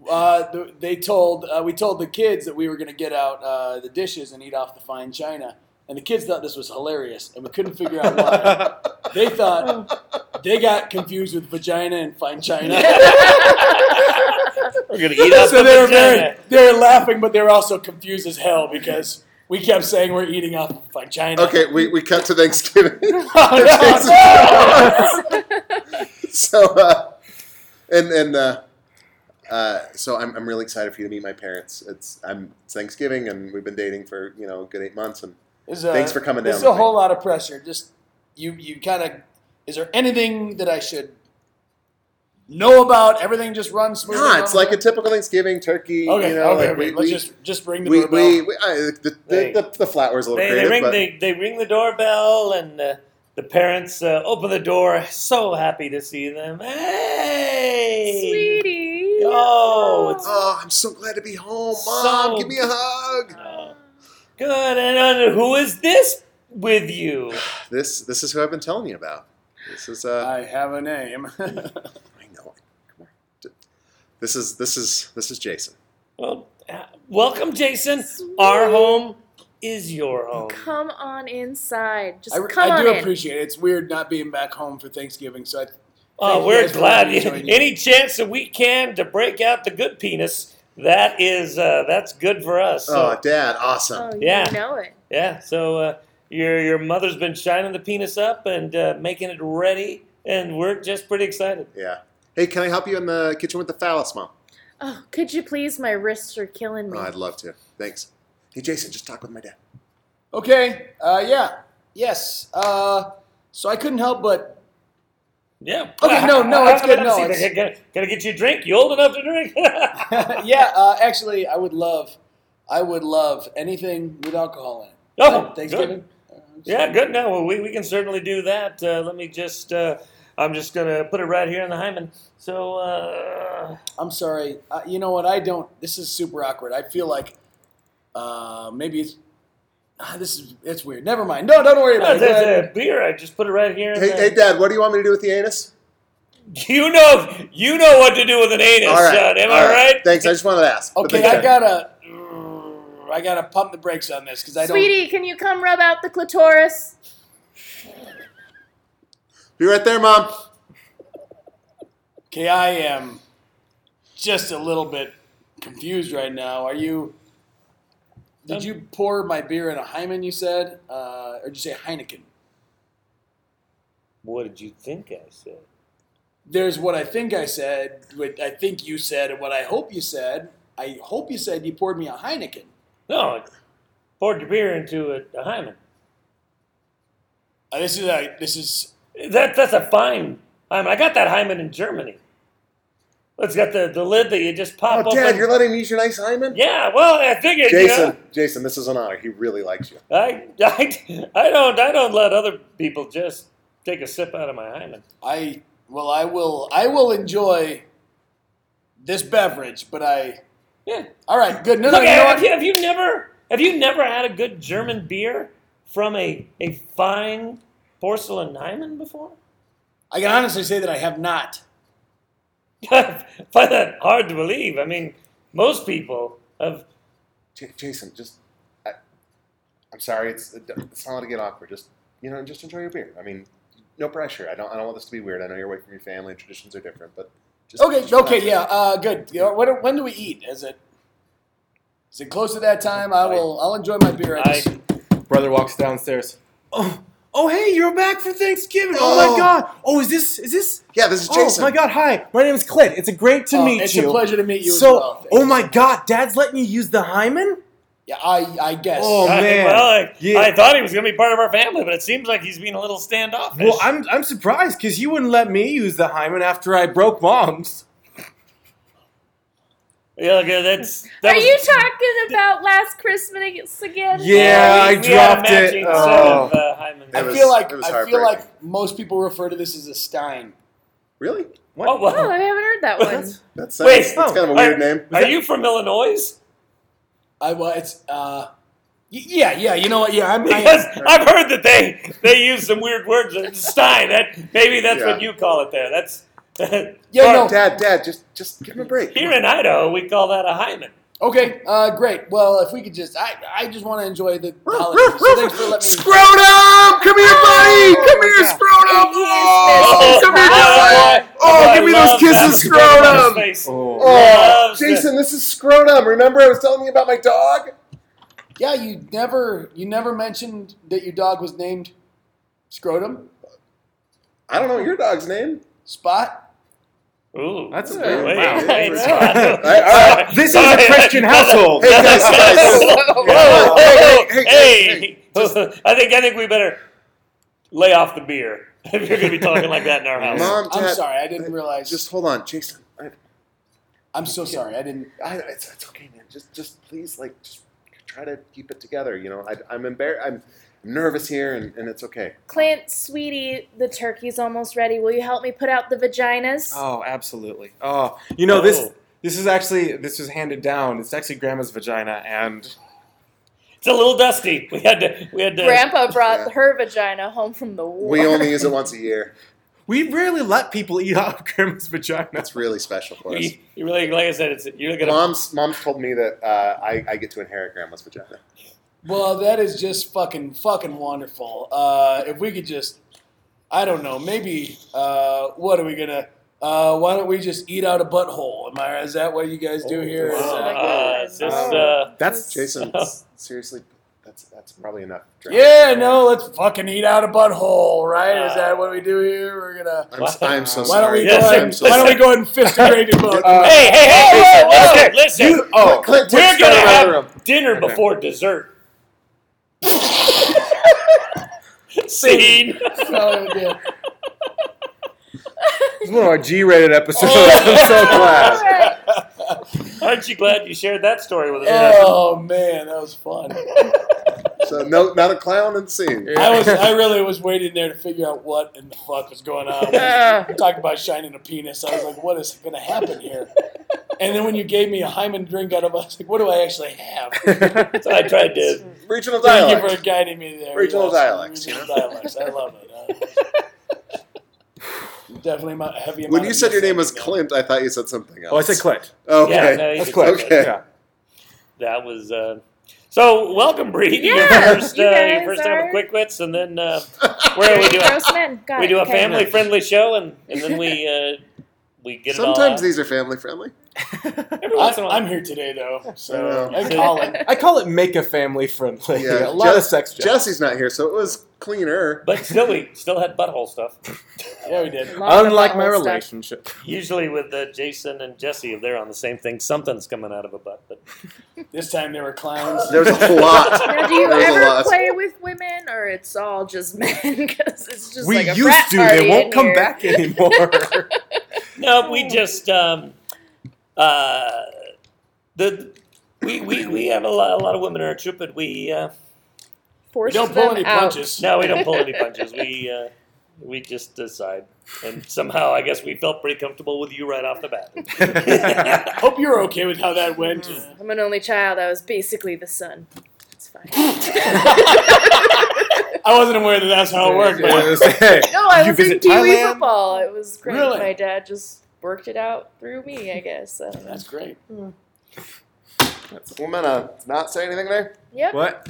Speaker 2: uh, th- they told uh, we told the kids that we were going to get out uh, the dishes and eat off the fine china, and the kids thought this was hilarious, and we couldn't figure out why. they thought they got confused with vagina and fine china.
Speaker 1: We're gonna eat up
Speaker 2: so they were
Speaker 1: the vagina.
Speaker 2: very, they were laughing, but they were also confused as hell because we kept saying we're eating off of fine china.
Speaker 3: Okay, we, we cut to Thanksgiving. so uh, and and uh, uh, so I'm, I'm really excited for you to meet my parents. It's I'm it's Thanksgiving and we've been dating for you know a good eight months and
Speaker 2: There's a-
Speaker 3: Thanks for coming
Speaker 2: There's
Speaker 3: down
Speaker 2: a
Speaker 3: with me.
Speaker 2: whole lot of pressure. Just you, you kind of. Is there anything that I should know about? Everything just runs smoothly.
Speaker 3: nah, it's like a typical Thanksgiving turkey.
Speaker 2: Okay,
Speaker 3: you know,
Speaker 2: okay,
Speaker 3: like
Speaker 2: wait,
Speaker 3: we,
Speaker 2: let's
Speaker 3: we,
Speaker 2: just just ring the
Speaker 3: we,
Speaker 2: doorbell.
Speaker 3: we, we- I, the,
Speaker 1: Hey.
Speaker 3: the, the, the flat was a little
Speaker 1: They, they
Speaker 3: creative,
Speaker 1: ring
Speaker 3: but
Speaker 1: the they ring the doorbell and uh, the parents uh, open the door. So happy to see them. Hey,
Speaker 4: Sweetie.
Speaker 1: Oh, it's-
Speaker 3: oh, I'm so glad to be home, mom.
Speaker 1: So-
Speaker 3: give me a hug.
Speaker 1: good. And uh, who is this with you?
Speaker 3: This this is who I've been telling you about. This is uh,
Speaker 2: I have a name.
Speaker 3: I know. Come on. This is this is this is Jason.
Speaker 1: Well, uh, welcome, Jason. Our home is your home.
Speaker 4: Come on inside. Just
Speaker 2: I, re-
Speaker 4: come
Speaker 2: I
Speaker 4: on
Speaker 2: do
Speaker 4: in.
Speaker 2: appreciate it. It's weird not being back home for Thanksgiving, so I, Thank
Speaker 1: Oh,
Speaker 2: you
Speaker 1: we're
Speaker 2: guys for
Speaker 1: glad.
Speaker 2: letting me join you.
Speaker 1: Any chance that we can to break out the good penis, that is uh, that's good for us. So,
Speaker 3: oh, Dad, awesome.
Speaker 4: oh, you
Speaker 1: Yeah.
Speaker 4: know it.
Speaker 1: yeah. So uh, your your mother's been shining the penis up and uh, making it ready, and we're just pretty excited.
Speaker 3: Yeah. Hey, can I help you in the kitchen with the phallus, Mom?
Speaker 4: Oh, could you please? My wrists are killing me.
Speaker 3: Oh, I'd love to. Thanks. Hey, Jason, just talk with my dad.
Speaker 2: okay, uh, yeah, yes. Uh, so I couldn't help but
Speaker 1: Yeah.
Speaker 2: Okay, no, no,
Speaker 1: Have
Speaker 2: it's
Speaker 1: a
Speaker 2: good,
Speaker 1: Pepsi.
Speaker 2: no, it's-
Speaker 1: Can, I- can I get you a drink? You old enough to drink?
Speaker 2: yeah. Uh, actually, I would love, I would love anything with alcohol in it.
Speaker 1: Oh,
Speaker 2: Uh, Thanksgiving.
Speaker 1: Yeah, good. No, well, we, we can certainly do that. Uh, let me just, uh, I'm just going to put it right here in the hymen. So, uh,
Speaker 2: I'm sorry. Uh, you know what? I don't. This is super awkward. I feel like uh, maybe it's. ah, this is it's weird. Never mind. No, don't worry about
Speaker 1: there's
Speaker 2: it. Go ahead.
Speaker 1: a beer. I just put it right here. in
Speaker 3: Hey,
Speaker 1: the-
Speaker 3: hey, Dad, what do you want me to do with the anus?
Speaker 1: You know, you know what to do with an anus, son. Am
Speaker 3: all
Speaker 1: I right?
Speaker 3: Thanks. I just wanted to ask. but
Speaker 2: Okay,
Speaker 3: thank
Speaker 2: I
Speaker 3: you.
Speaker 2: gotta. I gotta pump the brakes on this because I don't.
Speaker 4: Sweetie, can you come rub out the clitoris?
Speaker 3: Be right there, Mom.
Speaker 2: Okay, I am just a little bit confused right now. Are you? Did you pour my beer in a hymen? You said, uh, or did you say Heineken?
Speaker 1: What did you think I said?
Speaker 2: There's what I think I said, what I think you said, and what I hope you said. I hope you said you poured me a Heineken.
Speaker 1: No, I poured your beer into a, a hymen.
Speaker 2: Uh, this is a, this is
Speaker 1: That, that's a fine hymen. I got that hymen in Germany. It's got the, the lid that you just pop
Speaker 3: Oh,
Speaker 1: open.
Speaker 3: Dad, you're letting me use your nice hymen?
Speaker 1: yeah, well, I figured, you know.
Speaker 3: Jason, Jason, this is an honor. He really likes you.
Speaker 1: I, I, I don't I don't let other people just take a sip out of my hymen.
Speaker 2: I well I will I will enjoy this beverage, but I
Speaker 1: Yeah.
Speaker 2: all right good no no
Speaker 1: Look,
Speaker 2: you know
Speaker 1: have,
Speaker 2: what?
Speaker 1: you, have you never have you never had a good German beer from a, a fine porcelain hymen before?
Speaker 2: I can honestly say that I have not.
Speaker 1: I find that hard to believe. I mean, most people have.
Speaker 3: J- Jason, just, I, I'm sorry. It's it's not allowed to get awkward. Just you know, just enjoy your beer. I mean, no pressure. I don't. I don't want this to be weird. I know you're away from your family. and Traditions are different, but just
Speaker 2: Okay
Speaker 3: just
Speaker 2: okay
Speaker 3: relax.
Speaker 2: yeah uh, good. You know, when, when do we eat? Is it is it close to that time? I will I'll enjoy my beer. I
Speaker 1: I,
Speaker 2: just,
Speaker 7: Brother walks downstairs.
Speaker 6: Oh, oh, hey, you're back for Thanksgiving. Oh,
Speaker 3: Oh.
Speaker 6: my God. Oh, is this is this?
Speaker 3: Yeah, this is Jason.
Speaker 6: Oh my God. Hi, my name is Clint. It's a great to
Speaker 2: Oh,
Speaker 6: meet
Speaker 2: it's
Speaker 6: you.
Speaker 2: a pleasure to meet you.
Speaker 6: so,
Speaker 2: as well. Thank
Speaker 6: oh
Speaker 2: you.
Speaker 6: my God, Dad's letting you use the hymen.
Speaker 2: Yeah, I I guess.
Speaker 6: Oh,
Speaker 1: I-
Speaker 6: man.
Speaker 1: well, I,
Speaker 6: Yeah.
Speaker 1: I thought he was going to be part of our family, but it seems like he's being a little standoffish.
Speaker 6: Well, I'm I'm surprised because you wouldn't let me use the hymen after I broke mom's.
Speaker 1: yeah, look, uh, that's. That
Speaker 4: are
Speaker 1: was-
Speaker 4: you talking about last Christmas again?
Speaker 6: Yeah, I
Speaker 1: we- we had a
Speaker 6: dropped it.
Speaker 1: matching set
Speaker 6: Oh.
Speaker 1: of, uh, hymens.
Speaker 2: I
Speaker 3: It was-
Speaker 2: feel like
Speaker 3: it was
Speaker 2: I feel
Speaker 3: heartbreaking.
Speaker 2: like most people refer to this as a Stein.
Speaker 3: really?
Speaker 6: What?
Speaker 1: Oh, well.
Speaker 4: Oh, I haven't heard that one.
Speaker 3: That's
Speaker 1: Wait,
Speaker 3: it's kind of a
Speaker 1: oh,
Speaker 3: weird
Speaker 1: I-
Speaker 3: name.
Speaker 1: Are you from Illinois?
Speaker 2: I well, it's uh, y- yeah, yeah. You know what? Yeah, I'm. I,
Speaker 1: Because I've heard that they they use some weird words. It's Stein. That maybe that's what
Speaker 3: Yeah.
Speaker 1: you call it there. That's
Speaker 2: yeah, no.
Speaker 3: Dad, Dad, just just give him a break.
Speaker 1: here in Idaho we call that a hymen.
Speaker 2: Okay, uh, great. Well, if we could just, I, I just want to enjoy the holidays. So thanks for letting me.
Speaker 3: Scrotum! Come here, buddy!
Speaker 4: Oh,
Speaker 3: Come here, scrotum! Oh, come here,
Speaker 1: Oh,
Speaker 3: buddy!
Speaker 1: boy.
Speaker 3: Oh,
Speaker 1: Boy,
Speaker 3: give me those
Speaker 1: love
Speaker 3: kisses,
Speaker 1: that. Love his
Speaker 3: scrotum!
Speaker 1: face.
Speaker 7: Oh.
Speaker 3: Oh,
Speaker 1: Loves
Speaker 3: Jason, this is scrotum. Remember, I was telling you about my dog.
Speaker 2: Yeah, you never, you never mentioned that your dog was named Scrotum
Speaker 3: I don't know your dog's name.
Speaker 2: Spot.
Speaker 1: Ooh,
Speaker 7: That's
Speaker 1: Ooh,
Speaker 7: weird.
Speaker 1: wait,
Speaker 7: Wow.
Speaker 1: wait,
Speaker 3: That's
Speaker 1: sorry.
Speaker 3: All right, all right.
Speaker 6: This is
Speaker 1: Sorry.
Speaker 6: a Christian household.
Speaker 3: Hey guys, guys.
Speaker 1: Whoa,
Speaker 3: Hey, hey,
Speaker 1: whoa,
Speaker 3: hey, hey,
Speaker 1: hey. I think I think we better lay off the beer if you're going to be talking like that in our house.
Speaker 3: Mom,
Speaker 2: I'm
Speaker 3: Dad,
Speaker 2: sorry, I didn't realize.
Speaker 3: Just hold on, Jason. I,
Speaker 2: I'm so sorry, I didn't.
Speaker 3: I, it's, it's okay, man. Just, just please, like, just try to keep it together. You know, I, I'm embarrassed. I'm nervous here, and, and it's okay.
Speaker 4: Clint, sweetie, the turkey's almost ready. Will you help me put out the vaginas?
Speaker 7: Oh, absolutely. Oh, you know this.
Speaker 1: Oh.
Speaker 7: This is actually this was handed down. It's actually grandma's vagina, and
Speaker 1: It's a little dusty. We had to we had to
Speaker 4: Grandpa brought
Speaker 3: Yeah.
Speaker 4: her vagina home from the war.
Speaker 3: We only use it once a year.
Speaker 7: We rarely let people eat out of Grandma's vagina.
Speaker 3: That's really special for us.
Speaker 1: You, you really, like I said, it's you're gonna.
Speaker 3: Mom's mom's told me that uh, I, I get to inherit grandma's vagina.
Speaker 2: Well, that is just fucking fucking wonderful. Uh, if we could just, I don't know, maybe uh, what are we gonna? Uh, why don't we just eat out a butthole? Am I? Is that what you guys
Speaker 3: Oh,
Speaker 2: do here? Is
Speaker 4: wow.
Speaker 2: that-
Speaker 1: Uh, it's just, uh,
Speaker 4: Oh.
Speaker 7: That's
Speaker 3: Jason, s- seriously, that's that's probably enough. drama.
Speaker 2: yeah, no, let's fucking eat out a butthole, right? is
Speaker 1: Uh,
Speaker 2: that what we do here? We're gonna.
Speaker 3: I'm, s- I'm so
Speaker 2: Why don't
Speaker 3: sorry.
Speaker 2: we
Speaker 1: Yes,
Speaker 2: go
Speaker 3: I'm
Speaker 2: ahead?
Speaker 3: so
Speaker 2: Why don't we
Speaker 3: sorry.
Speaker 2: go ahead and fist grade it? both?
Speaker 3: Uh,
Speaker 1: hey, hey, hey!
Speaker 3: Hey,
Speaker 1: listen,
Speaker 3: hey, hey,
Speaker 1: listen, listen.
Speaker 3: Oh, Clint,
Speaker 1: We're
Speaker 3: Clint's got
Speaker 1: gonna
Speaker 3: it out of the room.
Speaker 1: have dinner
Speaker 3: Okay.
Speaker 1: before dessert. Scene.
Speaker 2: Oh, yeah.
Speaker 6: It's one of our G-rated episodes.
Speaker 7: Oh.
Speaker 3: I'm so glad.
Speaker 4: Alright.
Speaker 1: Aren't you glad you shared that story with us?
Speaker 2: Oh, man, that was fun.
Speaker 3: So no, not a clown in scene.
Speaker 2: I was, I really was waiting there to figure out what in the fuck was going on. Talking about shining a penis, I was like, what is going to happen here? And then when you gave me a Hyman drink out of, I was like, what do I actually have?
Speaker 3: Oh.
Speaker 1: So I tried to.
Speaker 3: Regional
Speaker 2: Thank you
Speaker 3: dialect.
Speaker 2: for guiding me there.
Speaker 3: Regional
Speaker 2: Yes,
Speaker 3: dialects,
Speaker 2: Regional dialects. I love it. Uh, definitely my heavy.
Speaker 3: When
Speaker 2: amount
Speaker 3: you
Speaker 2: of
Speaker 3: said your name was
Speaker 2: music.
Speaker 3: Clint, I thought you said something else.
Speaker 7: Oh, I said Clint.
Speaker 1: Yeah,
Speaker 3: Okay.
Speaker 1: no, you
Speaker 7: That's
Speaker 1: did
Speaker 7: quite
Speaker 1: that.
Speaker 3: okay.
Speaker 7: Yeah.
Speaker 1: That was. Uh, so welcome, Bree. to your
Speaker 4: Yeah,
Speaker 1: first,
Speaker 4: you
Speaker 1: uh, your
Speaker 4: guys
Speaker 1: first time
Speaker 4: are-
Speaker 1: with Quick Wits, and then uh, where we do a,
Speaker 4: Gross men. Got
Speaker 1: we
Speaker 4: it.
Speaker 1: do a
Speaker 4: Okay.
Speaker 1: family friendly show, and, and then we uh, we get it all out.
Speaker 3: Sometimes these are family friendly.
Speaker 1: Every once in a
Speaker 2: I,
Speaker 1: while.
Speaker 2: I'm here today though,
Speaker 3: I
Speaker 2: so
Speaker 3: know.
Speaker 2: I call it.
Speaker 7: I call it make a family friendly.
Speaker 3: Yeah.
Speaker 7: a lot of
Speaker 3: Jess-
Speaker 7: sex jokes.
Speaker 3: Jesse's not here, so it was cleaner.
Speaker 1: But still, we still had butthole stuff.
Speaker 2: Yeah, we did.
Speaker 4: Lot of
Speaker 7: Unlike my
Speaker 4: butthole stuff.
Speaker 7: relationship.
Speaker 1: Usually with uh, Jason and Jesse, if they're on the same thing, something's coming out of a butt. But
Speaker 2: This time there were clowns.
Speaker 3: There's a lot.
Speaker 4: Now, do you
Speaker 3: There's a
Speaker 4: ever
Speaker 3: lot.
Speaker 4: play with women, or it's all just men? Because it's just
Speaker 7: we
Speaker 4: like a frat
Speaker 7: used to.
Speaker 4: party
Speaker 7: They won't
Speaker 4: in
Speaker 7: come
Speaker 4: here.
Speaker 7: back anymore.
Speaker 1: no, we just um, uh, the we, we, we have a lot, a lot of women in our troop, but we uh,
Speaker 2: We
Speaker 4: Force
Speaker 2: don't
Speaker 4: them
Speaker 2: pull any
Speaker 4: out.
Speaker 2: punches.
Speaker 1: no, we don't pull any punches. We uh, we just decide, and somehow I guess we felt pretty comfortable with you right off the bat.
Speaker 2: Hope you're okay with how that went.
Speaker 4: I'm an only child. I was basically the son. It's fine.
Speaker 2: I wasn't aware that that's how it worked, but
Speaker 7: Hey,
Speaker 4: No, I
Speaker 7: you
Speaker 4: was in
Speaker 7: visit
Speaker 4: Pee Wee
Speaker 7: Thailand?
Speaker 4: football. It was great.
Speaker 2: Really?
Speaker 4: My dad just worked it out through me, I guess. I don't know.
Speaker 2: that's great.
Speaker 3: Woman, uh, not say anything there.
Speaker 4: Yep.
Speaker 7: What?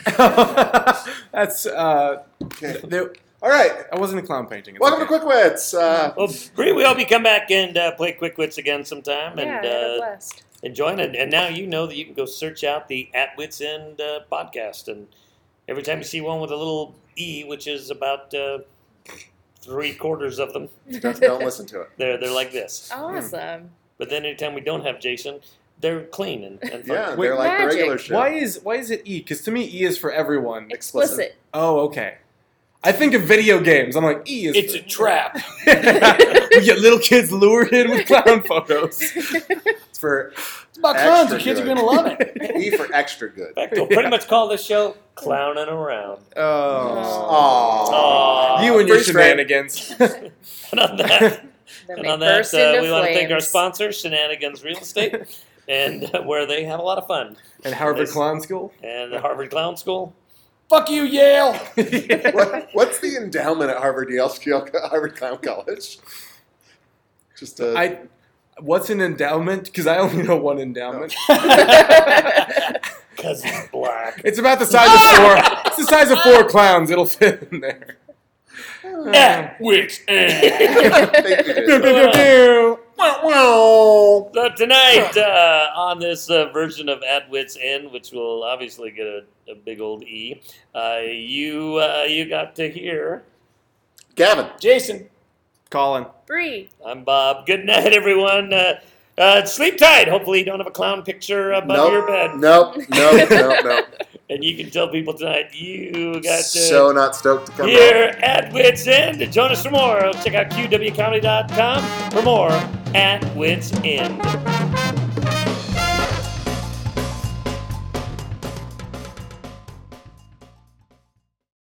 Speaker 7: That's uh.
Speaker 3: Okay.
Speaker 7: There,
Speaker 3: All right.
Speaker 7: I wasn't in clown painting. It's
Speaker 3: Welcome
Speaker 7: okay.
Speaker 3: to Quick Wits. Uh,
Speaker 1: well, Bree, we hope you come back and uh, play Quick Wits again sometime,
Speaker 4: Yeah, I
Speaker 1: and
Speaker 4: had a
Speaker 1: uh,
Speaker 4: blast.
Speaker 1: and join. And, and now you know that you can go search out the At Wits End uh, podcast. And every time you see one with a little E, which is about uh, three quarters of them,
Speaker 3: don't, don't listen to it.
Speaker 1: they're, they're like this.
Speaker 4: Awesome.
Speaker 1: But then anytime we don't have Jason, they're clean and, and fun.
Speaker 3: Yeah,
Speaker 7: Wait,
Speaker 3: they're like the
Speaker 4: magic.
Speaker 3: regular show.
Speaker 7: Why is why is it E? Because to me, E is for everyone.
Speaker 4: Explicit.
Speaker 7: Oh, okay. I think of video games. I'm like, E is.
Speaker 2: It's
Speaker 7: for-
Speaker 2: a trap.
Speaker 7: we get little kids lured in with clown photos.
Speaker 3: It's for
Speaker 2: It's about clowns. The
Speaker 3: Extra
Speaker 2: kids are
Speaker 3: good.
Speaker 2: gonna love it.
Speaker 3: E for extra good.
Speaker 1: In fact, we'll pretty much call this show Clowning Around.
Speaker 7: Oh.
Speaker 1: Aw.
Speaker 3: Aww.
Speaker 7: You and your
Speaker 3: First grade.
Speaker 7: shenanigans.
Speaker 1: And on that,
Speaker 4: Then
Speaker 1: and
Speaker 4: they
Speaker 1: on that
Speaker 4: burst into
Speaker 1: uh, we want to thank our
Speaker 4: flames.
Speaker 1: sponsor, Shenanigans Real Estate, and uh, where they have a lot of fun.
Speaker 7: and Harvard
Speaker 1: Nice.
Speaker 7: Clown School.
Speaker 1: And the Harvard Clown School.
Speaker 2: Fuck you, Yale.
Speaker 3: What, what's the endowment at Harvard Yale Yale- Harvard Clown College? Just uh, a
Speaker 7: I. What's an endowment? Because I only know one endowment.
Speaker 1: Because he's black.
Speaker 7: It's about the size of four. It's the size of four clowns. It'll fit in there.
Speaker 3: Oh.
Speaker 2: At wits end.
Speaker 3: thank you,
Speaker 7: Pew,
Speaker 3: Jason.
Speaker 7: pew, pew, pew.
Speaker 1: So tonight uh, on this uh, version of At Wits End, which will obviously get a, a big old E, uh, you uh, you got to hear.
Speaker 3: Gavin.
Speaker 2: Jason.
Speaker 7: Colin.
Speaker 4: Bree.
Speaker 1: I'm Bob. Good night, everyone. Uh, uh, sleep tight. Hopefully, you don't have a clown picture above
Speaker 3: Nope.
Speaker 1: your bed,
Speaker 3: Nope, nope, nope, nope.
Speaker 1: and you can tell people tonight you got to
Speaker 3: So not stoked to come
Speaker 1: hear
Speaker 3: back.
Speaker 1: At Wits End. Join us for more. Check out qwcomedy.com for more At Wits End.